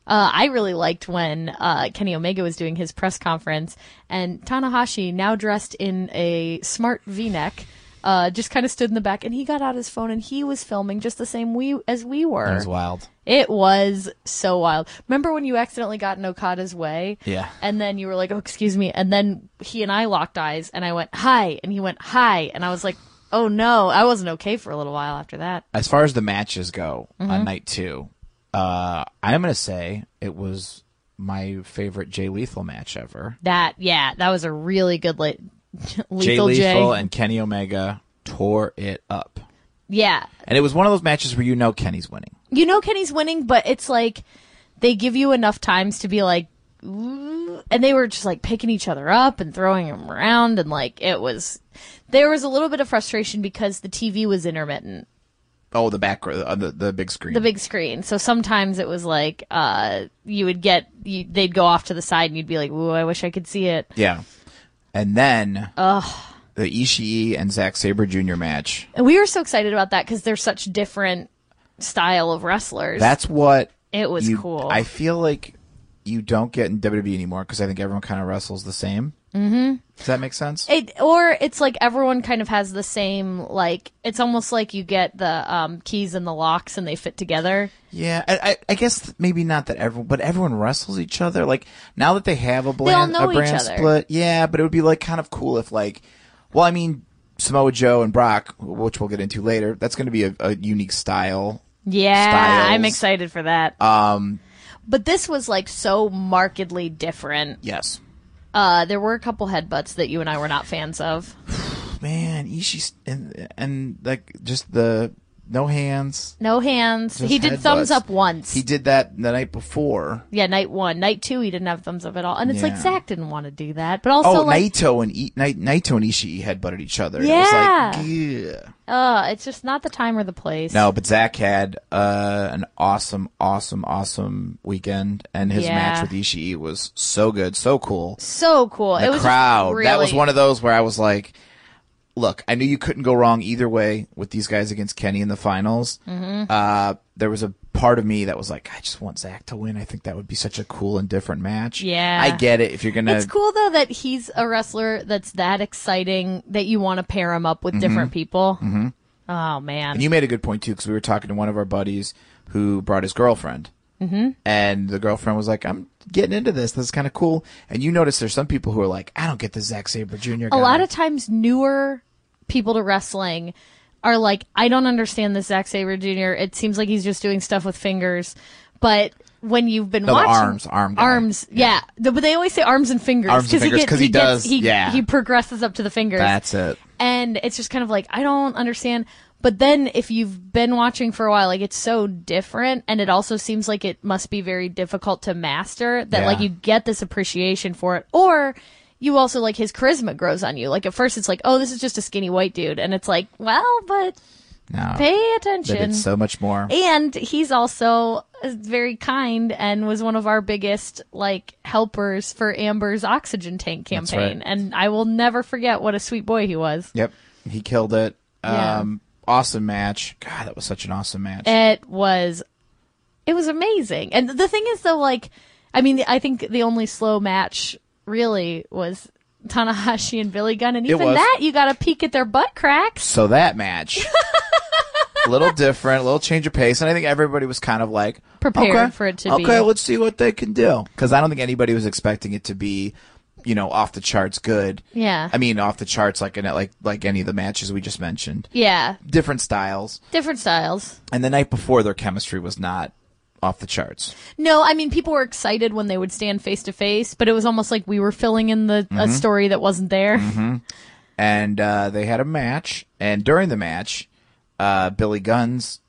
S4: I really liked when uh, Kenny Omega was doing his press conference and Tanahashi, now dressed in a smart V-neck, uh, just kind of stood in the back and he got out his phone and he was filming just the same we as we were.
S3: that was wild.
S4: It was so wild. Remember when you accidentally got in Okada's way?
S3: Yeah.
S4: And then you were like, oh, excuse me. And then he and I locked eyes, and I went, hi. And he went, hi. And I was like, oh, no. I wasn't okay for a little while after that.
S3: As far as the matches go on night two, uh, I'm gonna say it was my favorite Jay Lethal match ever.
S4: That, yeah, that was a really good la-
S3: Jay
S4: lethal J.
S3: Lethal and Kenny Omega tore it up.
S4: yeah.
S3: And it was one of those matches where you know Kenny's winning.
S4: You know Kenny's winning, but it's like they give you enough times to be like, "Ooh, and they were just like picking each other up and throwing them around and like it was there was a little bit of frustration because the TV was intermittent
S3: Oh, the back, uh, the the big screen.
S4: the big screen. So sometimes it was like uh, you would get you, they'd go off to the side and you'd be like, "Ooh, I wish I could see it."
S3: yeah. And then the Ishii and Zack Saber Jr. match.
S4: And we were so excited about that because they're such different style of wrestlers.
S3: That's what
S4: it was
S3: you-
S4: cool.
S3: I feel like you don't get in WWE anymore because I think everyone kind of wrestles the same. Mm-hmm. Does that make sense?
S4: it, or it's like everyone kind of has the same like it's almost like you get the um, keys and the locks and they fit together.
S3: Yeah, I, I, I guess th- maybe not that everyone, but everyone wrestles each other. Like now that they have a
S4: all
S3: brand,
S4: know
S3: a
S4: each
S3: brand
S4: other.
S3: split, yeah. But it would be like kind of cool if like, well, I mean Samoa Joe and Brock, which we'll get into later. That's going to be a, a unique style.
S4: Yeah,
S3: Styles.
S4: I'm excited for that.
S3: Um,
S4: but this was like so markedly different.
S3: yes,
S4: Uh, there were a couple headbutts that you and I were not fans of.
S3: man, Ishii and and like just the no hands.
S4: No hands.
S3: Just
S4: he did thumbs
S3: headbutts.
S4: up once.
S3: He did that the night before.
S4: yeah, night one, night two, he didn't have thumbs up at all. And it's like
S3: Yeah.
S4: Zach didn't want to do that, but also
S3: Oh,
S4: like,
S3: Naito and I, Nai- Naito and Ishii headbutted each other.
S4: Yeah.
S3: It was like, "Gah."
S4: uh, it's just not the time or the place.
S3: No, but Zach had uh, an awesome, awesome, awesome weekend, and his
S4: Yeah.
S3: match with Ishii was so good, so cool.
S4: so cool.
S3: The
S4: it was just
S3: crowd
S4: Really,
S3: that was one of those where I was like, "Look, I knew you couldn't go wrong either way with these guys against Kenny in the finals."
S4: Mm-hmm.
S3: Uh, there was a part of me that was like, "I just want Zach to win. I think that would be such a cool and different match."
S4: Yeah.
S3: I get it. If you're gonna,
S4: It's cool though that he's a wrestler that's that exciting that you want to pair him up with different people. Mm-hmm. Oh man,
S3: And you made a good point too, because we were talking to one of our buddies who brought his girlfriend, mm-hmm. and the girlfriend was like, "I'm getting into this. That's kind of cool." And you notice there's some people who are like, "I don't get the Zack Saber Jr. guy."
S4: a lot of times newer people to wrestling are like, I don't understand this Zack Saber Jr. It seems like he's just doing stuff with fingers, but when you've been
S3: No, the
S4: watching
S3: arms, arm guy.
S4: arms, yeah. Th- But they always say arms and fingers
S3: Arms and fingers, 'cause he does,
S4: he,
S3: yeah.
S4: he progresses up to the fingers,
S3: that's it.
S4: and it's just kind of like I don't understand. But then if you've been watching for a while, like it's so different, and it also seems like it must be very difficult to master that
S3: Yeah.
S4: like you get this appreciation for it, or you also like his charisma grows on you. Like at first it's like, oh, this is just a skinny white dude, and it's like, well, but
S3: No,
S4: pay
S3: they
S4: attention.
S3: did so much more.
S4: and he's also very kind and was one of our biggest like helpers for Amber's oxygen tank
S3: That's
S4: campaign.
S3: right.
S4: And I will never forget what a sweet boy he was.
S3: Yep, he killed it.
S4: Yeah.
S3: Um, awesome match. God, that was such an awesome match.
S4: It was, it was amazing. And the thing is, though, like, I mean, I think the only slow match really was Tanahashi and Billy Gunn, and even
S3: was.
S4: that you got a peek at their butt cracks.
S3: So that match, a little different, a little change of pace, and I think everybody was kind of like
S4: Prepared
S3: okay,
S4: for it to
S3: okay,
S4: be.
S3: let's see what they can do because I don't think anybody was expecting it to be, you know, off the charts good.
S4: Yeah.
S3: I mean off the charts like in like like any of the matches we just mentioned,
S4: Yeah,
S3: different styles,
S4: different styles.
S3: and the night before their chemistry was not off the charts.
S4: No, I mean, people were excited when they would stand face to face, but it was almost like we were filling in the
S3: Mm-hmm.
S4: a story that wasn't there.
S3: and uh, they had a match. And during the match, uh, Billy Gunn's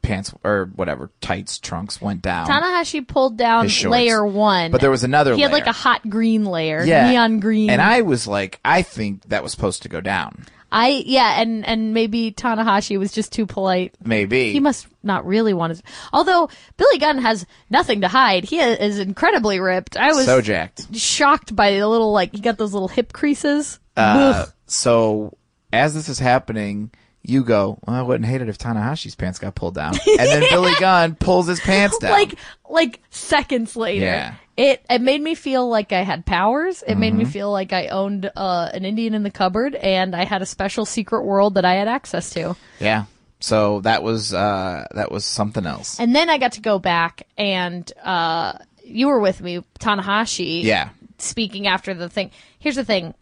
S3: pants or whatever tights trunks went down.
S4: Tanahashi pulled down
S3: His shorts.
S4: layer one,
S3: But there was another
S4: He had like
S3: layer.
S4: a hot green layer,
S3: yeah,
S4: neon green,
S3: And I was like, I think that was supposed to go down.
S4: I yeah, and and maybe Tanahashi was just too polite.
S3: Maybe
S4: He must not really want to. Although Billy Gunn has nothing to hide, he is incredibly ripped. I was
S3: so jacked.
S4: shocked by the little like he got those little hip creases.
S3: Uh, so as this is happening. You go, well, I wouldn't hate it if Tanahashi's pants got pulled down. And then Billy Gunn pulls his pants down.
S4: like like seconds later.
S3: Yeah. Mm-hmm.
S4: It it made me feel like I had powers. It made me feel like I owned uh, an Indian in the cupboard and I had a special secret world that I had access to.
S3: yeah. So that was uh that was something else.
S4: And then I got to go back and uh, you were with me, Tanahashi.
S3: Yeah.
S4: Speaking after the thing. Here's the thing.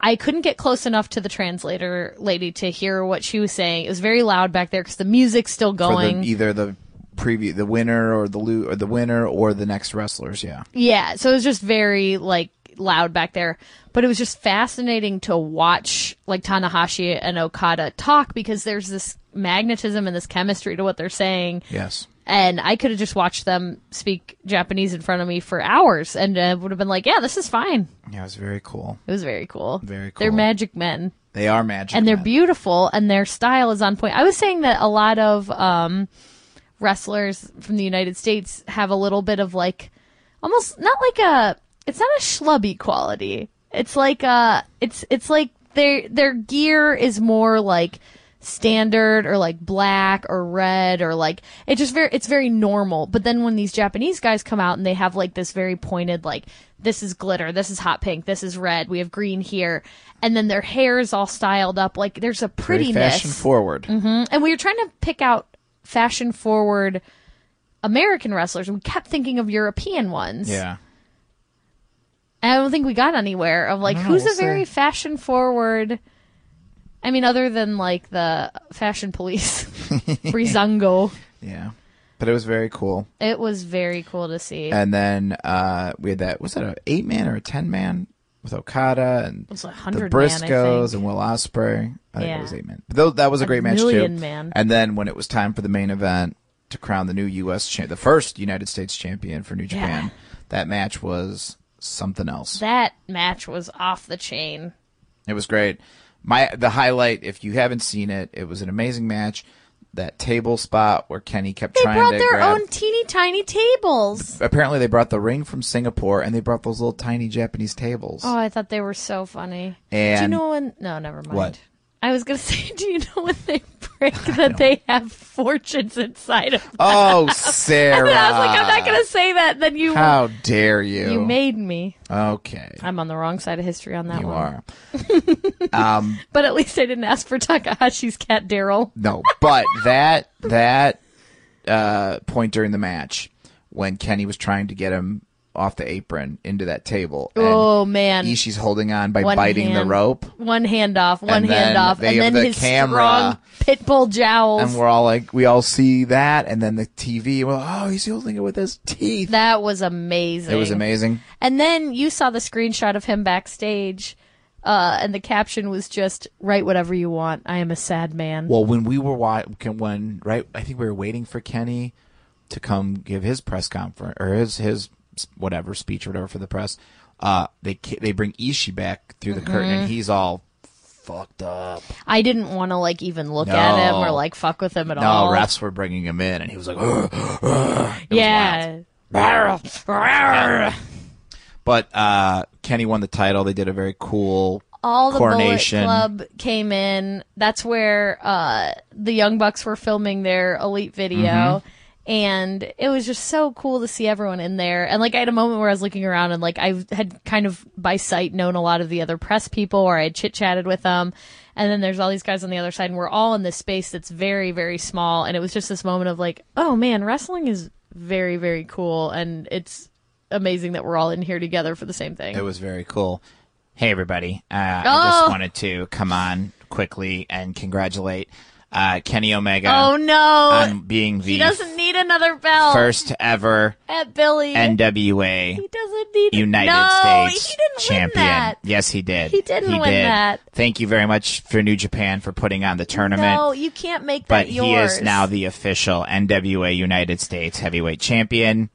S4: I couldn't get close enough to the translator lady to hear what she was saying. It was very loud back there because the music's still
S3: for
S4: going.
S3: the, e- either the preview, the winner, or the lo- or the winner, or the next wrestlers. Yeah,
S4: Yeah, so it was just very like loud back there, but it was just fascinating to watch like Tanahashi and Okada talk because there's this magnetism and this chemistry to what they're saying,
S3: yes.
S4: and I could have just watched them speak Japanese in front of me for hours and uh, would have been like, yeah, this is fine.
S3: Yeah, it was very cool.
S4: It was very cool.
S3: Very
S4: They're
S3: cool.
S4: magic men
S3: They are magic.
S4: and they're
S3: men.
S4: beautiful and their style is on point. I was saying that a lot of um, wrestlers from the United States have a little bit of like almost not like a it's not a schlubby quality. It's like uh it's it's like their their gear is more like standard or like black or red or like it just very it's very normal. But then when these Japanese guys come out and they have like this very pointed like this is glitter, this is hot pink, this is red, we have green here, and then their hair is all styled up like there's a
S3: Very
S4: prettiness
S3: fashion forward.
S4: and we were trying to pick out fashion forward American wrestlers, and we kept thinking of European ones.
S3: Yeah.
S4: And I don't think we got anywhere of like
S3: No,
S4: who's
S3: we'll
S4: a very
S3: see.
S4: fashion forward. I mean, other than like the fashion police, Brizongo.
S3: Yeah. But it was very cool.
S4: It was very cool to see.
S3: And then uh, we had that was that an eight man or a ten man with Okada and
S4: was a
S3: the
S4: hundred man, I
S3: Briscoes
S4: think.
S3: and Will Ospreay. I think
S4: Yeah.
S3: it was eight man. But tho- that was a great match too.
S4: million man.
S3: And then when it was time for the main event to crown the new U.S. champ, the first United States champion for New Japan, that match was something else.
S4: that match was off the chain.
S3: It was great. My the highlight, if you haven't seen it, it was an amazing match. That table spot where Kenny kept
S4: They
S3: trying
S4: brought
S3: to
S4: their
S3: grab.
S4: own teeny tiny tables.
S3: Apparently, they brought the ring from Singapore and they brought those little tiny Japanese tables.
S4: Oh, I thought they were so funny. do you
S3: And-
S4: know when? No, never mind.
S3: What?
S4: I was gonna say, do you know when they break that they have fortunes inside of? Them?
S3: Oh, Sarah!
S4: And I was like, I'm not gonna say that. Then you
S3: How dare you?
S4: you made me.
S3: okay,
S4: I'm on the wrong side of history on that
S3: you
S4: one.
S3: are.
S4: But at least I didn't ask for Takahashi's cat Daryl.
S3: No, but that that uh, point during the match when Kenny was trying to get him off the apron into that table, and
S4: Oh man.
S3: Ishii's holding on by
S4: One
S3: biting the
S4: hand-
S3: rope,
S4: One hand off, one
S3: And
S4: hand
S3: then
S4: off,
S3: they
S4: and
S3: have
S4: then
S3: the
S4: his
S3: camera.
S4: strong pit bull jowls.
S3: and we're all like, we all see that, and then the TV. Well, oh, he's holding it with his teeth.
S4: that was amazing.
S3: it was amazing.
S4: And then you saw the screenshot of him backstage, uh, and the caption was just "Write whatever you want. I am a sad man."
S3: Well, when we were wa- can when right, I think we were waiting for Kenny to come give his press conference or his his whatever speech or whatever for the press. Uh, they ca- they bring Ishii back through the curtain,
S4: Mm-hmm.
S3: and he's all fucked up.
S4: I didn't want to like even look at him
S3: No.
S4: or like fuck with him at
S3: No,
S4: all.
S3: refs were bringing him in, and he was like,
S4: yeah,
S3: but uh, Kenny won the title. They did a very cool
S4: all the
S3: coronation.
S4: Bullet Club came in. That's where uh, the Young Bucks were filming their Elite video.
S3: Mm-hmm.
S4: And it was just so cool to see everyone in there. And like, I had a moment where I was looking around and like, I had kind of by sight known a lot of the other press people or I had chit chatted with them. And then there's all these guys on the other side and we're all in this space that's very, very small. And it was just this moment of like, oh man, wrestling is very, very cool. And it's amazing that we're all in here together for the same thing.
S3: It was very cool. Hey, everybody. Uh, I
S4: Oh.
S3: just wanted to come on quickly and congratulate uh, Kenny Omega
S4: oh no.
S3: on being
S4: He
S3: the
S4: doesn't need another belt
S3: first ever
S4: at Billy.
S3: NWA
S4: he doesn't need
S3: United
S4: no,
S3: States
S4: he didn't
S3: champion.
S4: Win that.
S3: Yes, he did.
S4: He didn't win
S3: did.
S4: that.
S3: Thank you very much for New Japan for putting on the tournament.
S4: No, you can't make that
S3: but he
S4: yours.
S3: is now the official NWA United States heavyweight champion.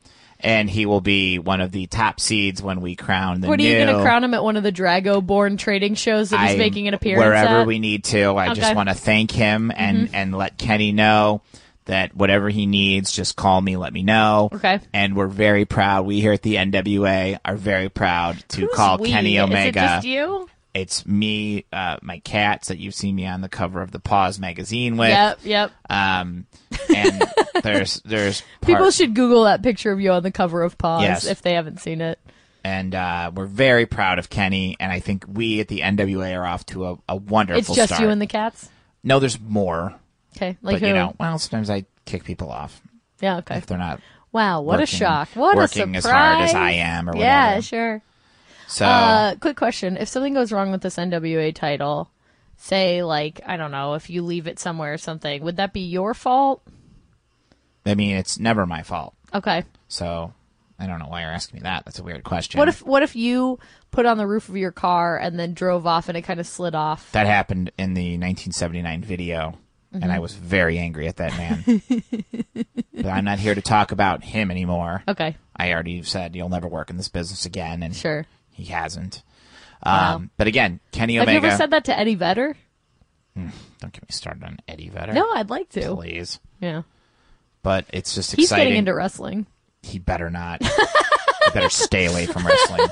S3: And he will be one of the top seeds when we crown the
S4: What are
S3: new.
S4: you going to crown him at one of the Drago born trading shows that he's
S3: I'm-
S4: making an appearance
S3: wherever
S4: at?
S3: we need to. I just
S4: Okay. Mm-hmm.
S3: want to thank him and and let Kenny know that whatever he needs, just call me, let me know.
S4: Okay.
S3: And we're very proud. We here at the NWA are very proud to
S4: Who's
S3: call
S4: we?
S3: Kenny
S4: Is it
S3: Omega.
S4: just you?
S3: It's me, uh, my cats that you've seen me on the cover of the Paws magazine with.
S4: Yep, yep.
S3: Um, and there's there's
S4: People
S3: part-
S4: should Google that picture of you on the cover of Paws
S3: Yes.
S4: if they haven't seen it.
S3: and uh, we're very proud of Kenny. And I think we at the NWA are off to a, a wonderful.
S4: It's just
S3: start.
S4: you and the cats.
S3: No, there's more.
S4: Okay, like
S3: but
S4: who?
S3: you know, well, sometimes I kick people off
S4: yeah, okay.
S3: if they're not
S4: Wow, what
S3: working-
S4: a shock! What
S3: working
S4: a
S3: as
S4: surprise!
S3: hard as I am or
S4: Yeah,
S3: whatever.
S4: sure.
S3: so.
S4: Uh, quick question: If something goes wrong with this NWA title, say like I don't know, if you leave it somewhere or something, would that be your fault?
S3: I mean, it's never my fault.
S4: Okay.
S3: So I don't know why you're asking me that. That's a weird question.
S4: What if what if you put on the roof of your car and then drove off and it kind of slid off?
S3: that happened in the 1979 video and
S4: Mm-hmm.
S3: I was very angry at that man. but I'm not here to talk about him anymore.
S4: Okay.
S3: I already said you'll never work in this business again, and
S4: Sure.
S3: he hasn't. Um, But again, Kenny
S4: Have
S3: Omega.
S4: you ever said that to Eddie Vedder?
S3: Don't get me started on Eddie Vedder.
S4: No, I'd like to.
S3: please.
S4: Yeah.
S3: But it's just
S4: He's
S3: exciting.
S4: getting into wrestling.
S3: he better not. he better stay away from wrestling.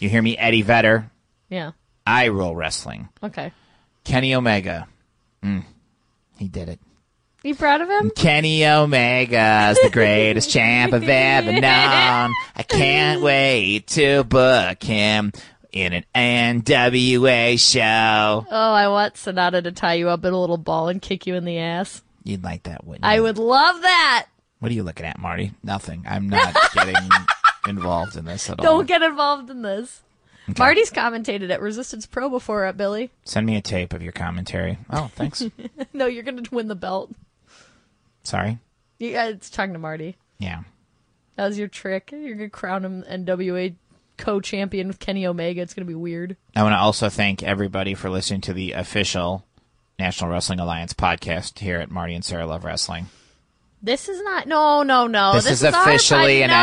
S3: You hear me, Eddie Vedder?
S4: Yeah.
S3: I roll wrestling.
S4: Okay.
S3: Kenny Omega. Mm, he did it.
S4: You proud of him?
S3: Kenny Omega's the greatest champ I've ever known. I can't wait to book him in an NWA show.
S4: Oh, I want Sonata to tie you up in a little ball and kick you in the ass.
S3: You'd like that, wouldn't you?
S4: I would love that.
S3: What are you looking at, Marty? Nothing. I'm not getting involved in this at all.
S4: Don't get involved in this. Marty's commentated at Resistance Pro before at Billy.
S3: Send me a tape of your commentary. Oh, thanks.
S4: No, you're going to win the belt.
S3: Sorry.
S4: You, uh, it's talking to Marty.
S3: Yeah.
S4: That was your trick. You're going to crown him NWA co-champion with Kenny Omega. It's going to be weird.
S3: I want to also thank everybody for listening to the official National Wrestling Alliance podcast here at Marty and Sarah Love Wrestling.
S4: This is not. No, no, no.
S3: This
S4: This,
S3: is
S4: our
S3: officially
S4: pod-
S3: an
S4: no,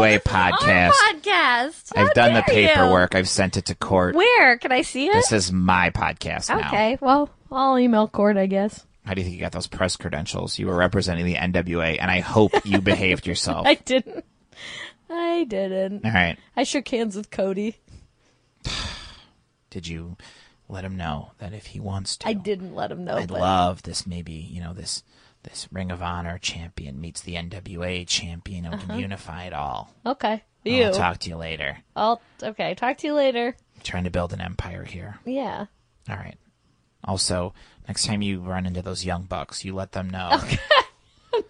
S3: NWA
S4: this is our
S3: podcast.
S4: podcast. How
S3: I've done the
S4: dare you.
S3: paperwork. I've sent it to court.
S4: Where can I see it?
S3: This is my podcast now.
S4: okay. Well, I'll email court, I guess.
S3: How do you think you got those press credentials? You were representing the NWA, and I hope you behaved yourself.
S4: I didn't. I didn't.
S3: All right.
S4: I shook hands with Cody.
S3: Did you let him know that if he wants to,
S4: I didn't let him know.
S3: I'd
S4: but
S3: love this. Maybe you know this this Ring of Honor champion meets the NWA champion, and we
S4: Uh-huh.
S3: can unify it all.
S4: okay. You.
S3: I'll talk to you later.
S4: I'll okay. Talk to you later.
S3: I'm trying to build an empire here.
S4: Yeah.
S3: All right. Also, next time you run into those young bucks, you let them know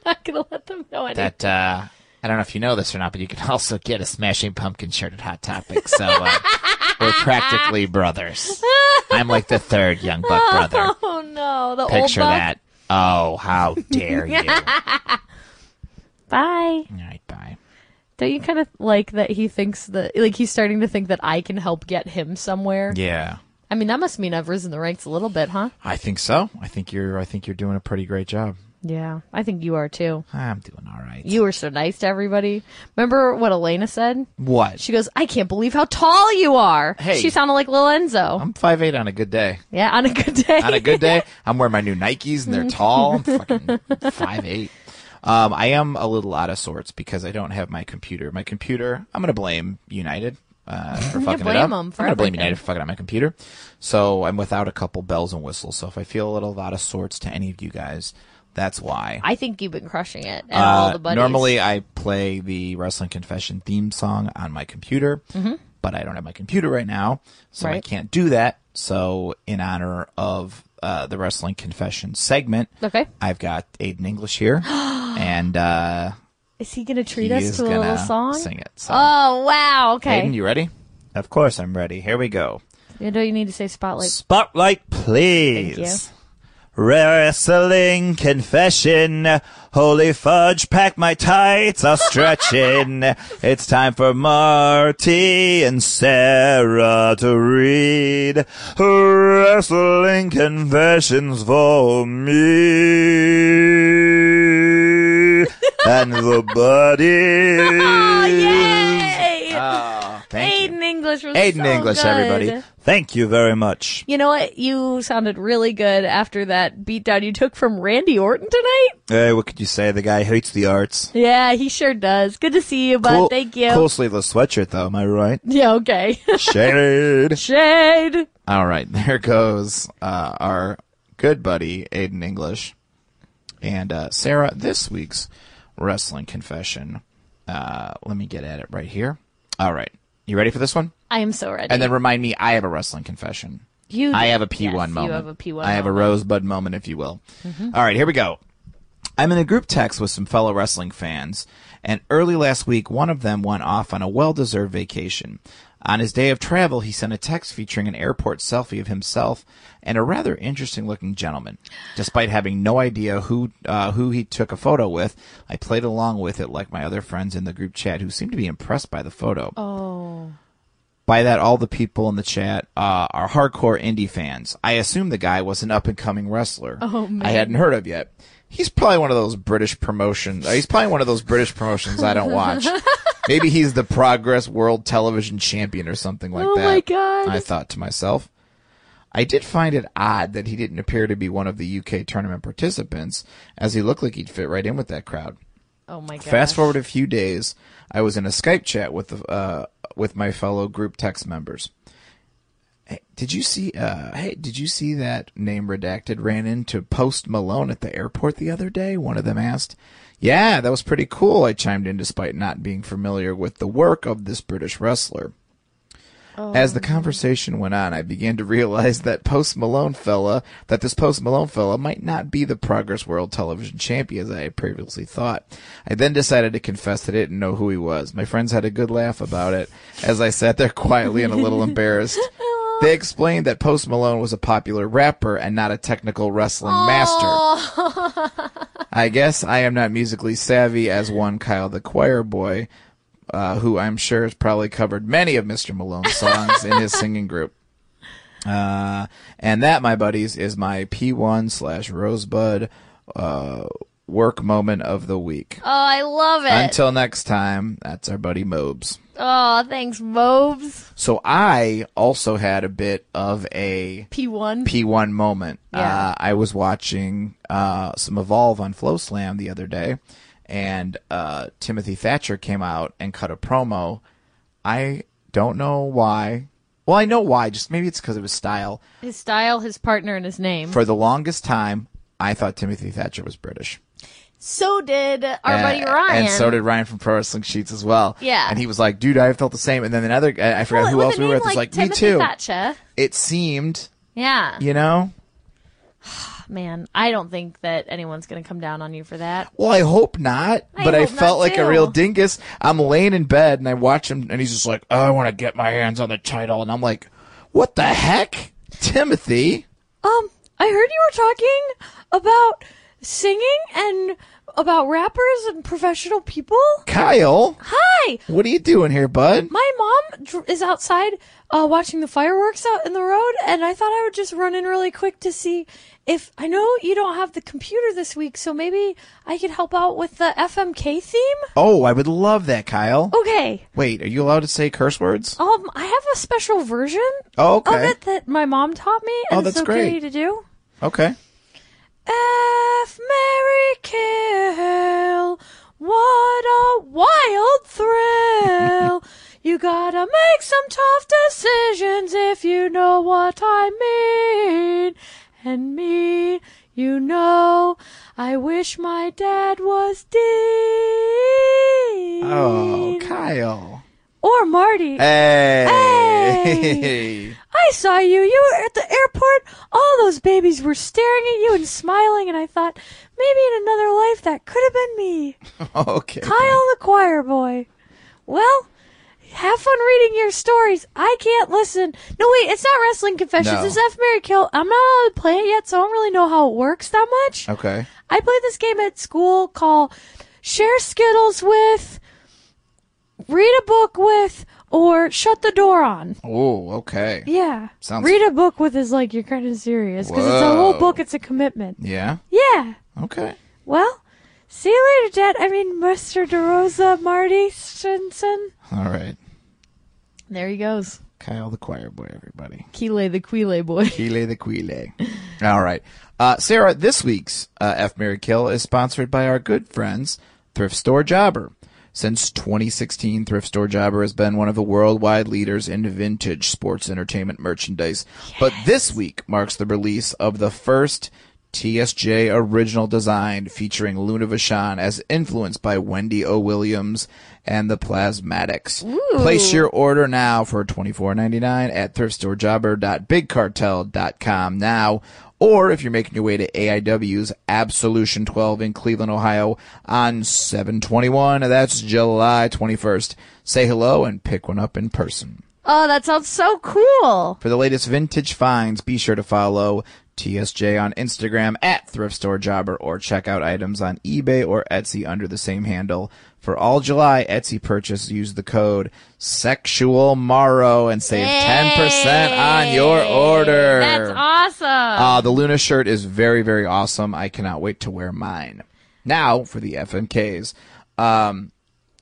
S4: Not gonna let them know anything.
S3: that. Uh, I don't know if you know this or not, but you can also get a Smashing Pumpkin shirt at Hot Topic. So uh, we're practically brothers. I'm like the third young buck brother.
S4: Oh no, the
S3: Picture
S4: old buck.
S3: that. Oh, how dare you! All
S4: Bye.
S3: right, bye.
S4: Don't you kind of like that he thinks that like he's starting to think that I can help get him somewhere?
S3: Yeah.
S4: I mean, that must mean I've risen the ranks a little bit, huh?
S3: I think so. I think you're. I think you're doing a pretty great job.
S4: Yeah, I think you are too.
S3: I'm doing all right.
S4: You were so nice to everybody. Remember what Elena said?
S3: what?
S4: She goes, "I can't believe how tall you are."
S3: Hey.
S4: she sounded like Lil Enzo.
S3: I'm five eight on a good day.
S4: yeah, on a good day.
S3: On a good day, I'm wearing my new Nikes and they're tall. I'm fucking five eight. Um, I am a little out of sorts because I don't have my computer. My computer. I'm gonna blame United uh, for fucking
S4: blame
S3: it up.
S4: 'em
S3: I'm
S4: for
S3: gonna blame
S4: everything.
S3: United for fucking up my computer. So I'm without a couple bells and whistles. So if I feel a little out of sorts to any of you guys, that's why.
S4: I think you've been crushing it at
S3: Uh,
S4: all the buddies.
S3: Normally, I play the Wrestling Confession theme song on my computer, but I don't have my computer right now, so I
S4: Mm-hmm. Right.
S3: can't do that. So, in honor of uh, the Wrestling Confession segment,
S4: Okay.
S3: I've got Aiden English here, and uh,
S4: Is he gonna treat
S3: he
S4: us
S3: is
S4: to a little
S3: gonna
S4: song?
S3: sing it. So,
S4: Oh wow! Okay.
S3: Aiden, you ready? Of course, I'm ready. Here we go.
S4: You know you need to say spotlight.
S3: Spotlight, please. Wrestling confession. Holy fudge, pack my tights are stretching. it's time for Marty and Sarah to read Wrestling Confessions for me and the buddies.
S4: Oh yay! Aiden English was
S3: Ah, Aiden
S4: so
S3: English,
S4: good.
S3: everybody. Thank you very much.
S4: You know what? You sounded really good after that beatdown you took from Randy Orton tonight.
S3: Hey, Eh, what could you say? The guy hates the arts.
S4: Yeah, he sure does. Good to see you, bud. Thank you.
S3: Cool sleeveless sweatshirt, though. Am I right?
S4: Yeah, okay.
S3: Shade.
S4: Shade.
S3: All right, there goes uh, our good buddy Aiden English and uh, Sarah. This week's wrestling confession. Uh, let me get at it right here. All right, you ready for this one?
S4: I am so ready.
S3: And then remind me, I have a wrestling confession.
S4: you,
S3: I have a P1
S4: yes,
S3: moment.
S4: You have a P1
S3: I have a
S4: moment. Mm-hmm.
S3: rosebud moment, if you will. All right, here we go. I'm in a group text with some fellow wrestling fans, and early last week, one of them went off on a well deserved vacation. On his day of travel, he sent a text featuring an airport selfie of himself and a rather interesting looking gentleman. Despite having no idea who, uh, who he took a photo with, I played
S4: Oh,
S3: along with it like my other friends in the group chat who seemed to be impressed by the photo. By that, all the people in the chat uh, are hardcore indie fans. I assume the guy was an up and coming wrestler.
S8: Oh, man.
S3: I hadn't heard of yet. He's probably one of those British promotions. uh, He's probably one of those British promotions I don't watch. Maybe he's the Progress World Television Champion or something like
S8: Oh,
S3: that.
S8: my God.
S3: I thought to myself. I did find it odd that he didn't appear to be one of the UK tournament participants, as he looked like he'd fit right in with that crowd.
S8: Oh my god.
S3: Fast forward a few days, I was in a Skype chat with uh with my fellow group text members. Hey, did you see? Uh, hey, did you see that name redacted ran into Post Malone at the airport the other day? One of them asked. Yeah, that was pretty cool. I chimed in despite not being familiar with the work of this British wrestler. As the conversation went on, I began to realize that Post Malone fella, that this Post Malone fella might not be the Progress World Television Champion as I had previously thought. I then decided to confess that I didn't know who he was. My friends had a good laugh about it as I sat there quietly and a little embarrassed. They explained that Post Malone was a popular rapper and not a technical wrestling master. I guess I am not musically savvy as one Kyle the Choir Boy, uh, who I'm sure has probably covered many of Mr. Malone's songs in his singing group. Uh, and that, my buddies, is my P1 slash Rosebud uh, work moment of the week.
S8: Oh, I love it.
S3: Until next time, that's our buddy Mobes.
S8: oh, thanks, Mobes.
S3: So I also had a bit of a
S8: P1.
S3: P1 moment.
S8: Yeah.
S3: Uh, I was watching uh, some Evolve on Flow Slam the other day, and uh, Timothy Thatcher came out and cut a promo. I don't know why. Well, I know why. Just maybe it's because of his style.
S8: his style, his partner, and his name.
S3: For the longest time, I thought Timothy Thatcher was British.
S8: so did our
S3: And-
S8: buddy Ryan.
S3: And so did Ryan from Pro Wrestling Sheets as well.
S8: Yeah.
S3: And he was like, dude, I felt the same. And then another, I I forgot
S8: Well,
S3: who
S8: with
S3: else
S8: a
S3: we were
S8: name
S3: with. It's like, me
S8: Timothy
S3: too.
S8: Thatcher.
S3: It seemed,
S8: Yeah.
S3: you know?
S8: Man, I don't think that anyone's going to come down on you for that.
S3: Well, I hope not,
S8: I
S3: but I
S8: hope not,
S3: felt like a
S8: too.
S3: real dingus. I'm laying in bed and I watch him and he's just like, oh, I want to get my hands on the title. And I'm like, what the heck? Timothy?
S8: Um, I heard you were talking about singing and about rappers and professional people.
S3: Kyle?
S8: Hi,
S3: What are you doing here, bud?
S8: my mom dr- is outside uh, watching the fireworks out in the road, and I thought I would just run in really quick to see if I know you don't have the computer this week, so maybe I could help out with the FMK theme.
S3: Oh, I would love that, Kyle.
S8: Okay,
S3: Wait, are you allowed to say curse words?
S8: um, I have a special version
S3: Oh, okay.
S8: of it that my mom taught me, and
S3: Oh,
S8: it's
S3: that's
S8: okay
S3: great.
S8: to do.
S3: Okay.
S8: F. Mary Kill. What a wild thrill. you gotta make some tough decisions if you know what I mean. And me, you know, I wish my dad was Dean.
S3: Oh,
S8: Mm.
S3: Kyle.
S8: Or Marty.
S3: Hey.
S8: Hey. I saw you. You were at the airport. All those babies were staring at you and smiling, and I thought maybe in another life that could have been me.
S3: okay.
S8: Kyle the choir boy. Well, have fun reading your stories. I can't listen. No, wait, it's not Wrestling Confessions.
S3: No.
S8: It's F. Mary Kill. I'm not allowed to play it yet, so I don't really know how it works that much.
S3: Okay.
S8: I played this game at school called Share Skittles with, Read a Book with, or Shut the Door on.
S3: Oh, okay.
S8: Yeah.
S3: Sounds-
S8: Read a book with is like you're kind of serious because it's a whole
S3: Whoa.
S8: book. It's a commitment.
S3: Yeah.
S8: Yeah.
S3: Okay.
S8: Well, see you later, Dad. I mean, Mr. DeRosa, Marty Stinson.
S3: All right.
S8: There he goes.
S3: Kyle the choir boy, everybody.
S8: Kile the Quile boy.
S3: Quile the Quile. All right. Uh, Sarah, this week's uh, F Mary Kill is sponsored by our good friends, Thrift Store Jobber. Since 2016, Thrift Store Jobber has been one of the worldwide leaders in vintage sports entertainment merchandise. But this week marks the release of the first TSJ original design featuring Luna Vachon as influenced by Wendy O. Williams and the Plasmatics. Place your order now for $24.99 at thriftstoreJobber.bigcartel.com now. Or if you're making your way to AIW's Absolution 12 in Cleveland, Ohio on 721, that's July 21st. Say hello and pick one up in person.
S8: Oh, that sounds so cool.
S3: For the latest vintage finds, be sure to follow TSJ on Instagram at Thrift Store Jobber or check out items on eBay or Etsy under the same handle. For all July Etsy purchase, use the code Sexual Morrow and save ten percent on your order.
S4: That's awesome.
S3: Uh, the Luna shirt is very, very awesome. I cannot wait to wear mine. Now for the FMKs. Um,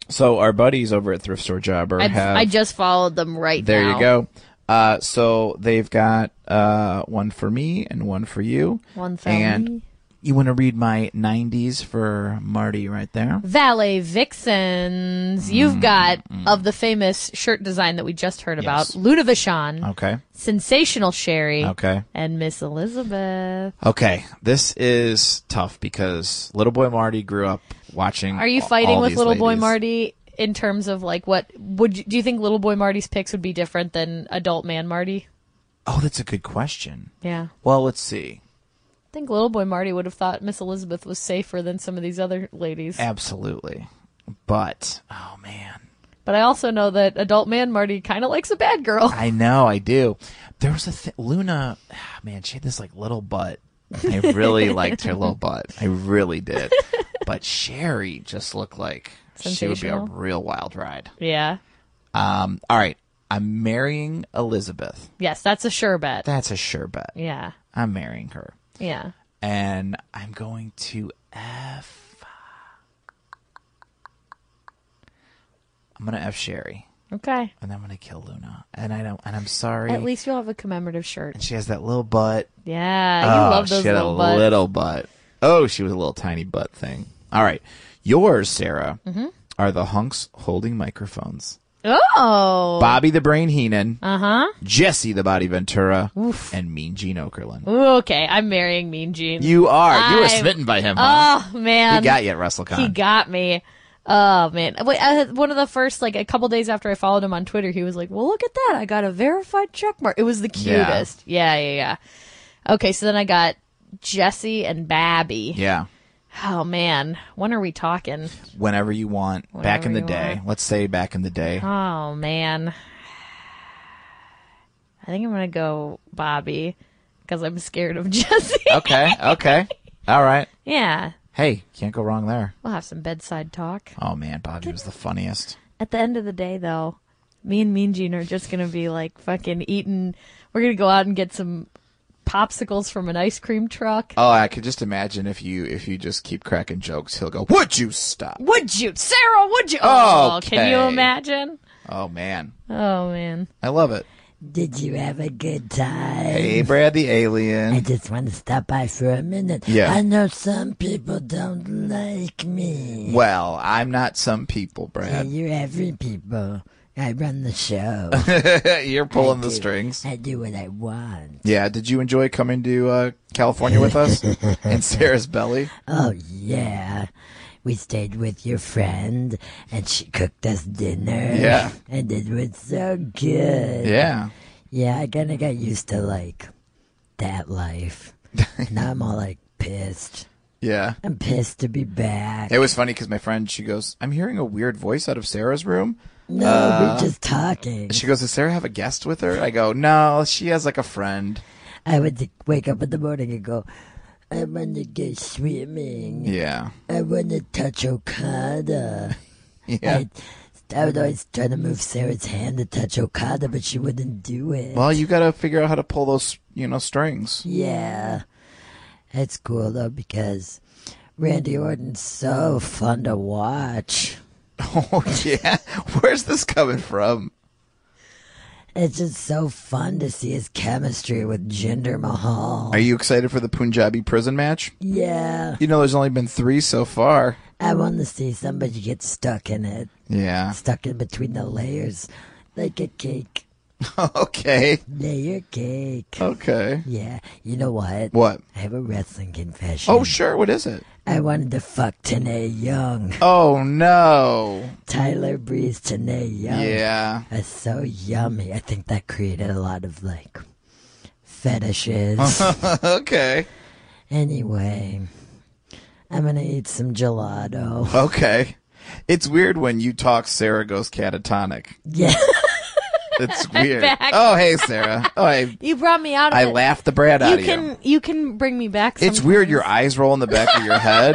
S3: so our buddies over at Thrift Store Jobber
S4: I,
S3: have.
S4: I just followed them right
S3: there
S4: now.
S3: you go. Uh, so they've got uh, one for me and one for you.
S4: One for
S3: and
S4: me.
S3: You want to read my 90s for Marty right there?
S4: Valet Vixens. You've got of the famous shirt design that we just heard about,
S3: Mm-hmm. Yes.
S4: Luna Vachon,
S3: Okay.
S4: Sensational Sherry,
S3: Okay.
S4: and Miss Elizabeth.
S3: Okay. This is tough because Little Boy Marty grew up watching.
S4: Are you
S3: all-
S4: fighting
S3: all
S4: with
S3: these
S4: Little Boy
S3: ladies.
S4: Marty in terms of like what would you, do you think Little Boy Marty's picks would be different than Adult Man Marty?
S3: Oh, that's a good question.
S4: Yeah.
S3: Well, let's see.
S4: I think Little Boy Marty would have thought Miss Elizabeth was safer than some of these other ladies.
S3: Absolutely. But oh man,
S4: But I also know that Adult Man Marty kind of likes a bad girl.
S3: I know I do. There was a th- Luna, ah, man, she had this like little butt. I really liked her little butt. I really did. But Sherry just looked like she would be a
S4: Sensational.
S3: real wild ride.
S4: Yeah.
S3: Um, all right, I'm marrying Elizabeth.
S4: Yes, that's a sure bet.
S3: That's a sure bet.
S4: Yeah.
S3: I'm marrying her,
S4: Yeah.
S3: and I'm going to f. I'm gonna f Sherry.
S4: Okay.
S3: and I'm gonna kill Luna. And I don't. And I'm sorry.
S4: At least you'll have a commemorative shirt.
S3: she has that little butt.
S4: Yeah, you
S3: oh,
S4: love those
S3: she had
S4: little
S3: a
S4: butts.
S3: little butt. Oh, she was a little tiny butt thing. All right, yours, Sarah,
S4: Mm-hmm.
S3: are the hunks holding microphones.
S4: Oh,
S3: Bobby the Brain Heenan, uh huh,
S4: Uh-huh.
S3: Jesse the Body Ventura, and Mean Gene Okerlund.
S4: Ooh, okay. I'm marrying Mean Gene.
S3: You are. You were
S4: I'm-
S3: smitten by him. Huh?
S4: oh man,
S3: he got you at WrestleCon.
S4: He got me. Oh man, Wait, uh, one of the first like a couple days after I followed him on Twitter, he was like, "Well, look at that! I got a verified check mark. It was the
S3: Yeah.
S4: cutest." Yeah, yeah, yeah. Okay, so then I got Jesse and Babby.
S3: yeah.
S4: Oh man, when are we talking?
S3: Whenever you want, back in the
S4: Whenever you
S3: day.
S4: want.
S3: Let's say back in the day.
S4: Oh man, I think I'm gonna go Bobby because I'm scared of Jesse.
S3: Okay. Okay. All right.
S4: yeah,
S3: Hey, can't go wrong there.
S4: we'll have some bedside talk.
S3: Oh man, Bobby was the funniest.
S4: At the end of the day, though, me and Mean Gene are just gonna be like fucking eating. We're gonna go out and get some popsicles from an ice cream truck.
S3: Oh, I could just imagine if you if you just keep cracking jokes, he'll go, "Would you stop?"
S4: Would you, Sarah? Would you? Oh, can you
S3: Okay.
S4: imagine?
S3: Oh man,
S4: Oh man,
S3: I love it.
S9: Did you have a good time?
S3: Hey, Brad the
S9: I
S3: alien.
S9: just want to stop by for a minute.
S3: Yeah.
S9: I know some people don't like me.
S3: Well, I'm not some people,
S9: Yeah,
S3: Brad.
S9: You're every people. I run the show.
S3: You're pulling the strings.
S9: I do what I want.
S3: Yeah. Did you enjoy coming to uh, California with us and Sarah's belly?
S9: Oh, yeah. We stayed with your friend, and she cooked us dinner.
S3: Yeah.
S9: And it was so good.
S3: Yeah.
S9: Yeah, I kind of got used to, like, that life. now I'm all, like, pissed.
S3: Yeah.
S9: I'm pissed to be back.
S3: It was funny because my friend, she goes, "I'm hearing a weird voice out of Sarah's room."
S9: No, we're just talking.
S3: uh, She goes, "Does Sarah have a guest with her?" I go, "No, she has like a friend."
S9: I would wake up in the morning and go, I want to go swimming.
S3: Yeah.
S9: I want to touch Okada.
S3: Yeah.
S9: I, I would always try to move Sarah's hand to touch Okada, but she wouldn't do it.
S3: Well, you got to figure out how to pull those, you know, strings.
S9: Yeah. It's cool, though, because Randy Orton's so fun to watch.
S3: Oh yeah, where's this coming from?
S9: It's just so fun to see his chemistry with Jinder Mahal.
S3: Are you excited for the Punjabi prison match?
S9: Yeah.
S3: You know, there's only been three so far.
S9: I want to see somebody get stuck in it.
S3: Yeah.
S9: stuck in between the layers like a cake.
S3: okay.
S9: Layer cake.
S3: Okay.
S9: Yeah, you know what?
S3: What?
S9: I have a wrestling confession.
S3: Oh sure. What is it?
S9: I wanted to fuck Tanae Young.
S3: Oh no.
S9: Tyler Breeze, Tanae Young.
S3: Yeah.
S9: That's so yummy. I think that created a lot of like fetishes.
S3: Uh-huh. Okay.
S9: anyway, I'm gonna eat some gelato.
S3: Okay. It's weird when you talk. Sarah goes catatonic.
S9: Yeah.
S5: It's weird.
S4: back.
S3: Oh, hey, Sarah. Oh, I,
S4: You brought me out of
S3: I
S4: it.
S3: laughed the Brad out
S4: You
S3: of
S4: can
S3: you.
S4: you. can bring me back.
S3: It's
S4: sometimes.
S3: weird. Your eyes roll in the back of your head.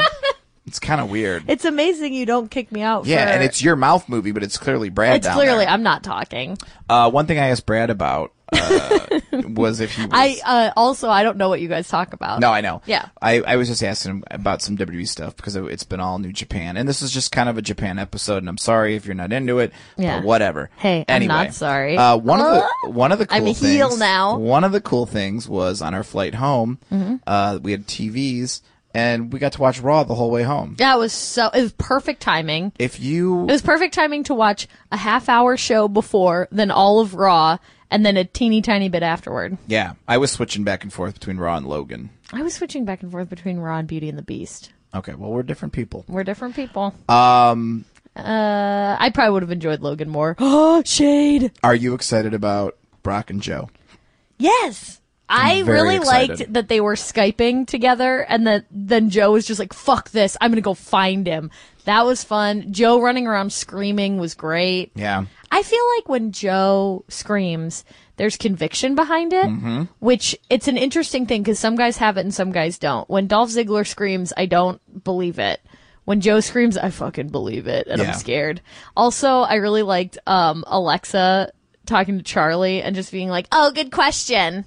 S3: It's kind of weird.
S4: It's amazing you don't kick me out.
S3: yeah,
S4: for-
S3: and it's your mouth movie, but it's clearly Brad.
S4: it's
S3: down
S4: clearly
S3: there.
S4: I'm not talking.
S3: Uh, one thing I asked Brad about uh, was if he was.
S4: I uh, also I don't know what you guys talk about.
S3: No, I know.
S4: Yeah.
S3: I, I was just asking him about some WWE stuff because it- it's been all New Japan. And this is just kind of a Japan episode, and I'm sorry if you're not into it,
S4: Yeah.
S3: but whatever.
S4: Hey, I'm
S3: anyway,
S4: not sorry. Ah!
S3: Uh, one, of the, one of the cool
S4: I'm a
S3: things.
S4: heel now. Mm-hmm.
S3: One of the cool things was on our flight home, uh, we had TVs, and we got to watch Raw the whole way home.
S4: That was so it was perfect timing.
S3: If you.
S4: It was perfect timing to watch a half hour show before, then all of Raw, and then a teeny tiny bit afterward.
S3: yeah, I was switching back and forth between Raw and Logan.
S4: I was switching back and forth between Raw and Beauty and the Beast.
S3: Okay, well, we're different people.
S4: We're different people. Um, uh, I probably would have enjoyed Logan more. Oh, shade.
S3: Are you excited about Brock and Joe?
S4: Yes. I
S3: very
S4: really
S3: excited.
S4: liked that they were skyping together, and that then Joe was just like, "Fuck this! I'm gonna go find him." That was fun. Joe running around screaming was great.
S3: Yeah.
S4: I feel like when Joe screams, there's conviction behind it, which it's an interesting thing because some guys have it and some guys don't. When Dolph Ziggler screams, I don't believe it. When Joe screams, I fucking believe it and I'm
S3: Yeah.
S4: scared. Also, I really liked um, Alexa talking to Charlie and just being like, oh, good question.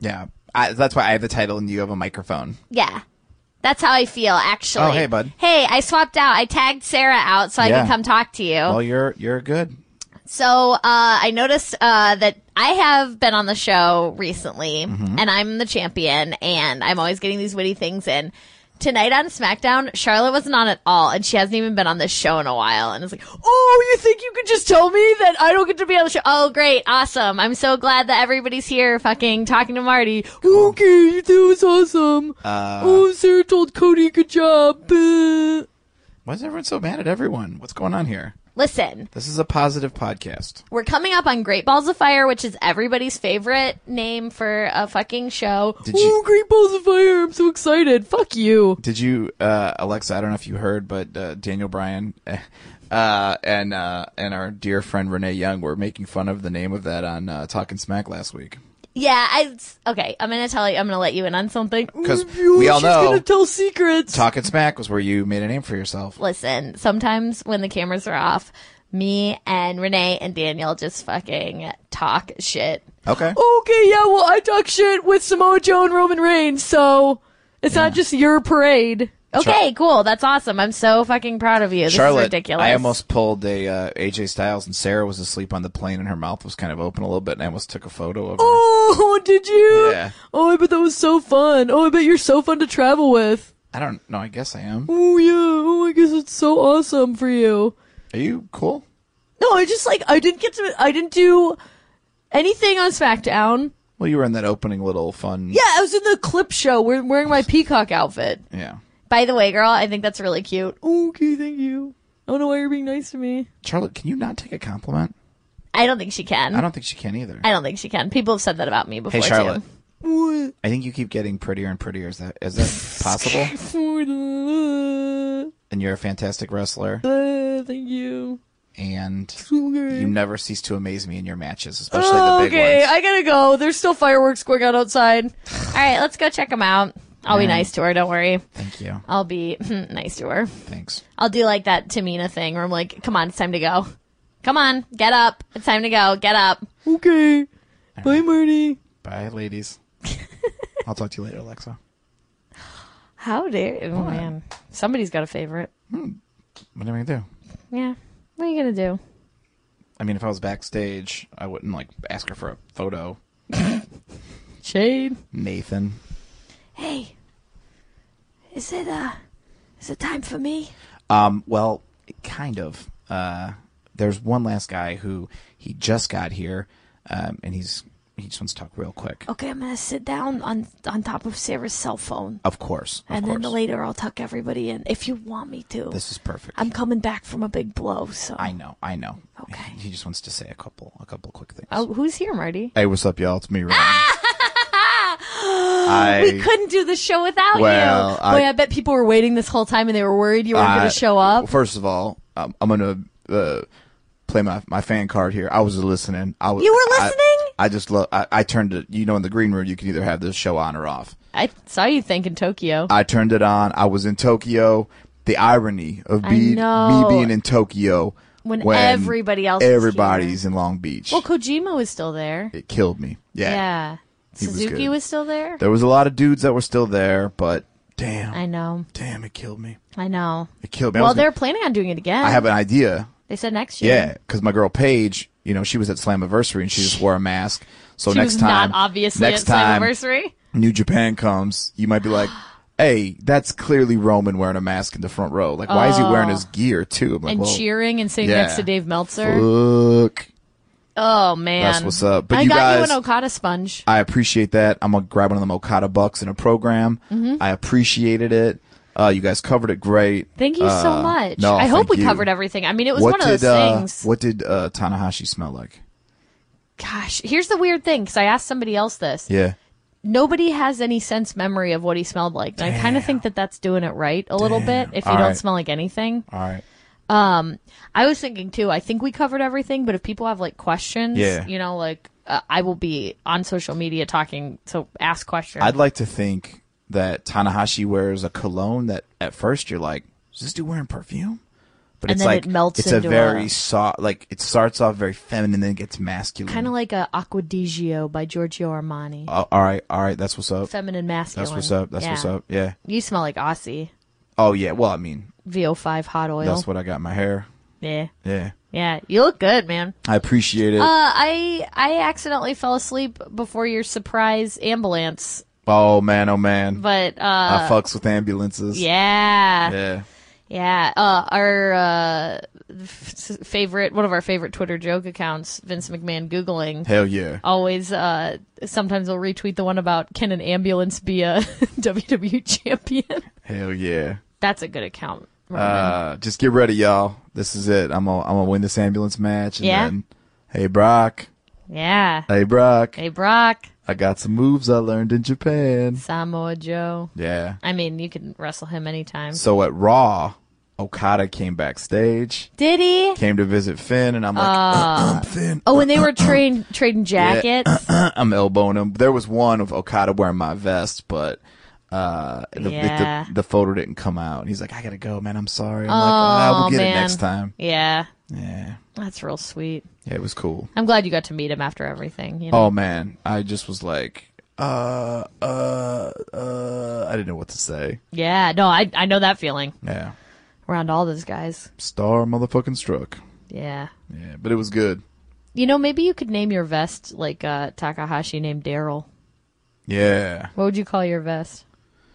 S3: Yeah. I, that's why I have the title and you have a microphone.
S4: Yeah. That's how I feel, actually.
S3: Oh, hey, bud.
S4: Hey, I swapped out. I tagged Sarah out so I
S3: Yeah.
S4: can come talk to you.
S3: Well, you're you're good.
S4: So uh, I noticed uh, that I have been on the show recently, and I'm the champion, and I'm always getting these witty things in. Tonight on SmackDown, Charlotte wasn't on at all, and she hasn't even been on this show in a while. And it's like, oh, you think you could just tell me that I don't get to be on the show? Oh, great, awesome! I'm so glad that everybody's here, fucking talking to Marty. Okay, that was awesome. oh, Sarah told Cody, good job. Uh,
S3: Why is everyone so mad at everyone? What's going on here?
S4: Listen,
S3: This is a positive podcast.
S4: We're coming up on Great Balls of Fire, which is everybody's favorite name for a fucking show.
S3: Did you-
S4: Great Balls of Fire! I'm so excited. Fuck you.
S3: Did you, uh, Alexa? I don't know if you heard, but uh, Daniel Bryan eh, uh, and uh, and our dear friend Renee Young were making fun of the name of that on uh, Talking Smack last week.
S4: Yeah, I. Okay, I'm gonna tell you. I'm gonna let you in on something.
S3: 'Cause we all
S4: She's
S3: know-
S4: gonna tell secrets.
S3: Talking Smack was where you made a name for yourself.
S4: Listen, sometimes when the cameras are off, me and Renee and Daniel just fucking talk shit.
S3: Okay.
S4: Okay, yeah, well, I talk shit with Samoa Joe and Roman Reigns, so it's not just your parade. Okay, cool. That's awesome. I'm so fucking proud of you. This
S3: Charlotte,
S4: is ridiculous.
S3: I almost pulled a uh, AJ Styles, and Sarah was asleep on the plane, and her mouth was kind of open a little bit, and I almost took a photo of her.
S4: Oh, did you?
S3: Yeah.
S4: Oh, I bet that was so fun. Oh, I bet you're so fun to travel with.
S3: I don't know. I guess I am.
S4: Oh yeah. Oh, I guess it's so awesome for you.
S3: Are you cool?
S4: No, I just like I didn't get to. I didn't do anything on SmackDown.
S3: Well, you were in that opening little fun.
S4: Yeah, I was in the clip show. We're wearing my peacock outfit.
S3: Yeah.
S4: By the way, girl, I think that's really cute. Okay, thank you. I don't know why you're being nice to me.
S3: Charlotte, can you not take a compliment?
S4: I don't think she can.
S3: I
S4: I don't,
S3: don't think she can either.
S4: think she can. People have said that about me before.
S3: Hey, Charlotte.
S4: Too.
S3: I think you keep getting prettier and prettier. Is that is that possible? And you're a fantastic wrestler,
S4: Uh, thank you.
S3: and
S4: Okay.
S3: you never cease to amaze me in your matches, especially the big
S4: Oh, okay,
S3: ones.
S4: I gotta go. There's still fireworks going on outside. All right, let's go check them out. I'll be nice to her. Don't worry.
S3: Thank you.
S4: I'll be nice to her.
S3: Thanks.
S4: I'll do like that Tamina thing where I'm like, "Come on, it's time to go. Come on, get up. It's time to go. Get up." Okay. Bye, Marty.
S3: Bye, ladies. I'll talk to you later, Alexa.
S4: How dare? Oh man, somebody's got a favorite.
S3: What am I gonna do?
S4: Yeah. What are you gonna do?
S3: I mean, if I was backstage, I wouldn't like ask her for a photo.
S4: Shade.
S3: Nathan.
S4: Hey, is it uh, is it time for me?
S3: Um, well, kind of. Uh, there's one last guy who he just got here, um, and he's he just wants to talk real quick.
S4: Okay, I'm gonna sit down on on top of Sarah's cell phone,
S3: Of course, of
S4: and
S3: course.
S4: then later I'll tuck everybody in if you want me to.
S3: this is perfect.
S4: I'm coming back from a big blow, so.
S3: I know, I know.
S4: Okay. Oh.
S3: He, he just wants to say a couple, a couple quick things.
S4: who's here, Marty?
S3: Hey, what's up, y'all? It's me, Ryan. I
S4: we couldn't do the show without
S3: Well,
S4: you.
S3: I-
S4: Boy, I bet people were waiting this whole time and they were worried you weren't
S3: I-
S4: going to show up.
S3: First of all, um, I'm gonna uh, play my, my fan card here. I was listening. I was.
S4: You were
S3: I-
S4: listening?
S3: I, just love. I, I turned it. You know, in the green room, you can either have the show on or off.
S4: I saw you thanking Tokyo.
S3: I turned it on. I was in Tokyo. The irony of
S4: I
S3: be, me
S4: know.
S3: being in Tokyo
S4: When everybody else is here.
S3: everybody's in Long Beach.
S4: well, Kojima was still there.
S3: it killed me. Yeah.
S4: Yeah.
S3: He was
S4: Suzuki
S3: good.
S4: was, still there.
S3: There was a lot of dudes that were still there, but damn,
S4: I know.
S3: damn, it killed me.
S4: I know.
S3: It killed me. I
S4: Well,
S3: was gonna-
S4: they're planning on doing it again.
S3: I have an idea.
S4: They said next year.
S3: Yeah, because my girl Paige, you know, she was at Slammiversary and she just wore a mask. So
S4: She
S3: next
S4: was
S3: time,
S4: not obviously
S3: next
S4: at
S3: time
S4: Slammiversary.
S3: New Japan comes, you might be like, "Hey, that's clearly Roman wearing a mask in the front row. Like, why is he wearing his gear too?" I'm like,
S4: Oh. And
S3: "Well,
S4: cheering and sitting
S3: yeah.
S4: next to Dave Meltzer.
S3: Fuck.
S4: Oh man,
S3: That's what's up. But
S4: I
S3: you
S4: got
S3: guys-
S4: you an Okada sponge.
S3: I appreciate that. I'm gonna grab one of them Okada bucks in a program.
S4: Mm-hmm.
S3: I appreciated it. Uh, you guys covered it great.
S4: Thank you so
S3: Uh,
S4: much.
S3: No,
S4: I hope
S3: thank
S4: we
S3: you.
S4: covered everything. I mean, it was
S3: what
S4: one of
S3: did,
S4: those
S3: uh,
S4: things.
S3: What did uh, Tanahashi smell like?
S4: Gosh, here's the weird thing because I asked somebody else this.
S3: Yeah.
S4: Nobody has any sense memory of what he smelled like. And I kind of think that that's doing it right a little
S3: Damn.
S4: bit if you
S3: All
S4: don't
S3: right.
S4: smell like anything.
S3: All right.
S4: Um, I was thinking too. I think we covered everything, but if people have like questions,
S3: Yeah.
S4: you know, like uh, I will be on social media talking, so ask questions.
S3: I'd like to think that Tanahashi wears a cologne that at first you're like, is this dude wearing perfume? But
S4: And
S3: it's
S4: then
S3: like
S4: it melts
S3: it's a
S4: into
S3: very
S4: a-
S3: soft, like it starts off very feminine, then it gets masculine.
S4: kind of like a Acquadigio by Giorgio Armani,
S3: Uh, all right, all right, that's what's up.
S4: feminine masculine.
S3: That's what's up. That's what's
S4: Yeah.
S3: up. Yeah.
S4: You smell like Aussie
S3: Oh yeah. Well, I mean,
S4: VO5 hot oil.
S3: that's what I got in my hair.
S4: yeah,
S3: Yeah.
S4: yeah. You look good, man.
S3: I appreciate it.
S4: Uh, I I accidentally fell asleep before your surprise ambulance,
S3: oh man, oh man.
S4: but uh,
S3: I fucks with ambulances.
S4: yeah, yeah.
S3: Yeah.
S4: Uh, our uh, f- favorite, one of our favorite Twitter joke accounts, Vince McMahon googling.
S3: Hell yeah.
S4: Always, uh, sometimes will retweet the one about can an ambulance be a WWE champion?
S3: Hell yeah.
S4: That's a good account. Roman.
S3: Uh, just get ready, y'all. This is it. I'm gonna I'm gonna win this ambulance match. And
S4: Yeah.
S3: Then, hey Brock.
S4: yeah.
S3: Hey Brock.
S4: Hey, Brock.
S3: I got some moves I learned in Japan.
S4: Samoa Joe.
S3: Yeah.
S4: I mean, you can wrestle him anytime.
S3: So at Raw, Okada came backstage,
S4: Did he?
S3: came to visit Finn, and I'm like, I'm Finn.
S4: Uh, Oh, when they were trading trading jackets.
S3: I'm elbowing him. There was one of Okada wearing my vest, but uh, the,
S4: Yeah.
S3: the, the photo didn't come out. And he's like, I gotta go, man. I'm sorry. I'm like, ah, we'll get
S4: man.
S3: it next time.
S4: Yeah,
S3: Yeah.
S4: that's real sweet.
S3: Yeah, it was cool.
S4: I'm glad you got to meet him after everything. You know?
S3: Oh man, I just was like, uh, uh, uh, I didn't know what to say.
S4: Yeah, no, I I know that feeling
S3: Yeah.
S4: around all those guys.
S3: Star motherfucking struck.
S4: Yeah,
S3: Yeah, but it was good.
S4: you know, maybe you could name your vest like uh, Takahashi named Daryl.
S3: Yeah.
S4: What would you call your vest?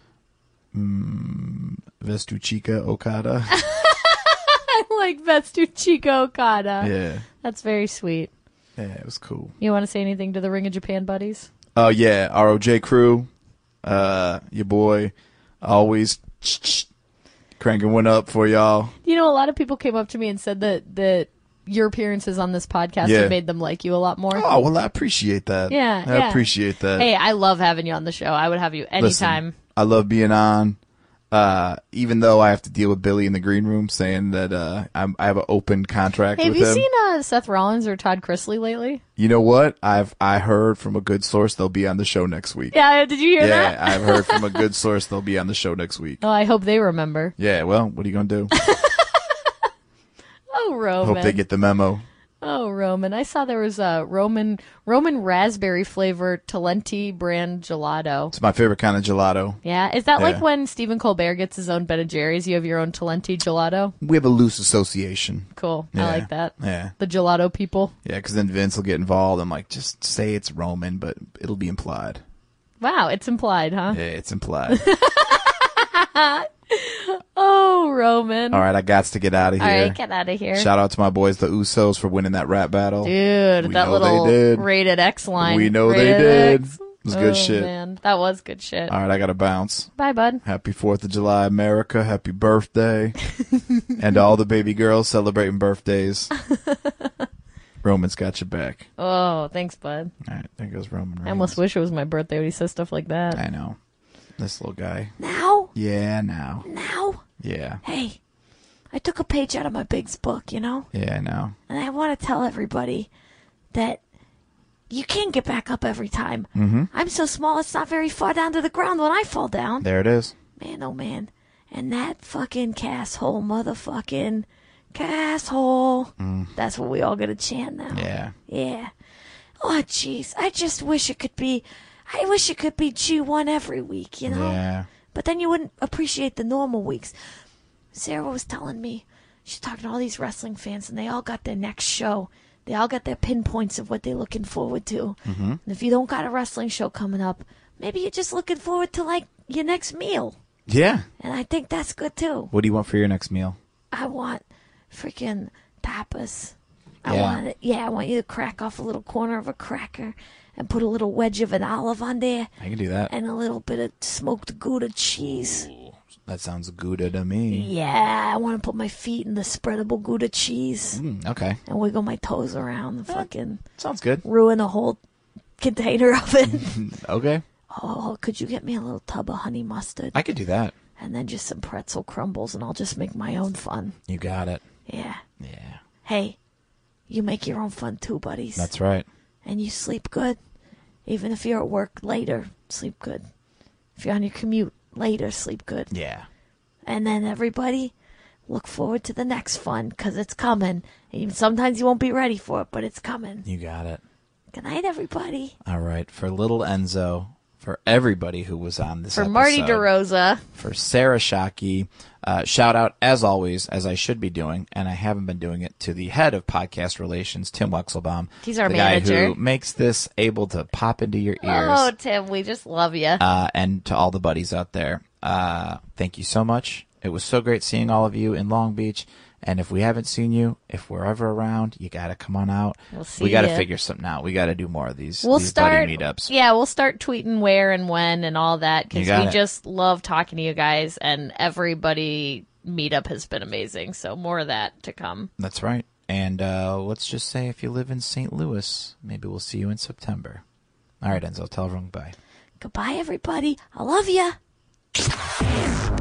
S3: Vestuchika Okada.
S4: I like Vestu Chico Okada.
S3: yeah.
S4: That's very sweet.
S3: Yeah, it was cool.
S4: You want to say anything to the Ring of Japan buddies?
S3: Oh yeah, ROJ crew. Uh your boy always cranking one up for y'all.
S4: You know, a lot of people came up to me and said that that your appearances on this podcast
S3: Yeah.
S4: have made them like you a lot more.
S3: Oh, well I appreciate that.
S4: Yeah,
S3: I
S4: yeah.
S3: appreciate that.
S4: Hey, I love having you on the show. I would have you
S3: Listen,
S4: anytime.
S3: I love being on. Uh, even though I have to deal with Billy in the green room saying that uh, I'm, I have an open contract
S4: Hey, have
S3: with
S4: you
S3: him.
S4: seen uh, Seth Rollins or Todd Chrisley lately?
S3: you know what? I've I heard from a good source they'll be on the show next week.
S4: Yeah, did you hear
S3: yeah
S4: that?
S3: I've heard from a good source they'll be on the show next week.
S4: Oh, I hope they remember.
S3: Yeah, well, what are you gonna do?
S4: Oh, Roman.
S3: Hope they get the memo.
S4: oh, Roman. I saw there was a Roman Roman raspberry flavored Talenti brand gelato.
S3: It's my favorite kind of gelato.
S4: Yeah, is that like
S3: Yeah.
S4: when Stephen Colbert gets his own Ben and Jerry's? You have your own Talenti gelato.
S3: We have a loose association.
S4: Cool.
S3: Yeah.
S4: I like that.
S3: Yeah,
S4: The gelato people.
S3: yeah, because then Vince will get involved. I'm like, just say it's Roman, but it'll be implied.
S4: Wow, it's implied, huh?
S3: Yeah, it's implied.
S4: Oh, Roman.
S3: All right, I got to get out of
S4: All
S3: here.
S4: right, get out of here.
S3: Shout out to my boys, the Usos, for winning that rap battle.
S4: Dude,
S3: We
S4: that
S3: know
S4: little
S3: they did.
S4: rated X line.
S3: We know they
S4: rated
S3: did.
S4: X.
S3: It was good
S4: Oh,
S3: shit.
S4: Man, that was good shit.
S3: All right, I gotta bounce.
S4: Bye, bud.
S3: Happy Fourth of July, America. Happy birthday, and to all the baby girls celebrating birthdays. Roman's got your back. All
S4: Oh, thanks, bud.
S3: right, there goes Roman.
S4: I almost
S3: Reigns.
S4: wish it was my birthday when he says stuff like that.
S3: I know this little guy.
S4: Now,
S3: Yeah, now.
S4: now,
S3: Yeah.
S4: hey,
S8: I took a page out of my Biggs book, you know?
S3: Yeah, I know.
S8: And I want to tell everybody that you can't get back up every time.
S3: Mm-hmm.
S8: I'm so small, it's not very far down to the ground when I fall down.
S3: There it is.
S8: Man, oh man. And that fucking casshole motherfucking casshole. That's what we all gonna chant now.
S3: Yeah.
S8: Yeah. Oh, jeez. I just wish it could be. I wish it could be G1 every week, you know?
S3: Yeah.
S8: But then you wouldn't appreciate the normal weeks. Sarah was telling me, she's talking to all these wrestling fans, and they all got their next show. They all got their pinpoints of what they're looking forward to. And if you don't got a wrestling show coming up, maybe you're just looking forward to, like, your next meal.
S3: Yeah.
S8: And I think that's good, too.
S3: What do you want for your next meal?
S8: I want freaking tapas. I
S3: Yeah.
S8: want it. Yeah, I want you to crack off a little corner of a cracker and put a little wedge of an olive on there
S3: I can do that.
S8: and a little bit of smoked Gouda cheese.
S3: That sounds Gouda to me.
S8: Yeah, I want to put my feet in the spreadable Gouda cheese
S3: Mm, okay.
S8: and wiggle my toes around and fucking
S3: Sounds good.
S8: ruin a whole container of it.
S3: Okay.
S8: oh, could you get me a little tub of honey mustard
S3: I could do that.
S8: and then just some pretzel crumbles and I'll just make my own fun.
S3: You got it.
S8: Yeah.
S3: Yeah.
S8: Hey, you make your own fun too, buddies.
S3: That's right.
S8: and you sleep good. Even if you're at work later, sleep good. If you're on your commute later, sleep good.
S3: Yeah.
S8: And then everybody, look forward to the next fun because it's coming. And sometimes you won't be ready for it, but it's coming.
S3: You got it.
S8: Good night, everybody.
S3: All right. For little Enzo, for everybody who was on this
S4: For Marty
S3: episode,
S4: DeRosa.
S3: for Sarah Shockey. Uh, shout out, as always, as I should be doing, and I haven't been doing it, to the head of podcast relations, Tim Wexelbaum.
S4: He's our
S3: the guy
S4: manager.
S3: who makes this able to pop into your ears.
S4: Oh, Tim, we just love you.
S3: uh, and to all the buddies out there. Uh, thank you so much. It was so great seeing all of you in Long Beach. And if we haven't seen you, if we're ever around, you gotta come on out.
S4: We'll
S3: we
S4: see
S3: gotta
S4: ya.
S3: figure something out. We gotta do more of these,
S4: we'll
S3: these
S4: start
S3: buddy meetups.
S4: yeah we'll start tweeting where and when and all that
S3: You
S4: because
S3: got
S4: we
S3: it.
S4: just love talking to you guys and everybody meetup has been amazing so more of that to come
S3: That's right. And uh, let's just say if you live in St. Louis, maybe we'll see you in September. All right, Enzo, tell everyone bye.
S8: Goodbye, everybody. I love ya.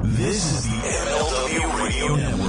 S1: This is the MLW Radio Network.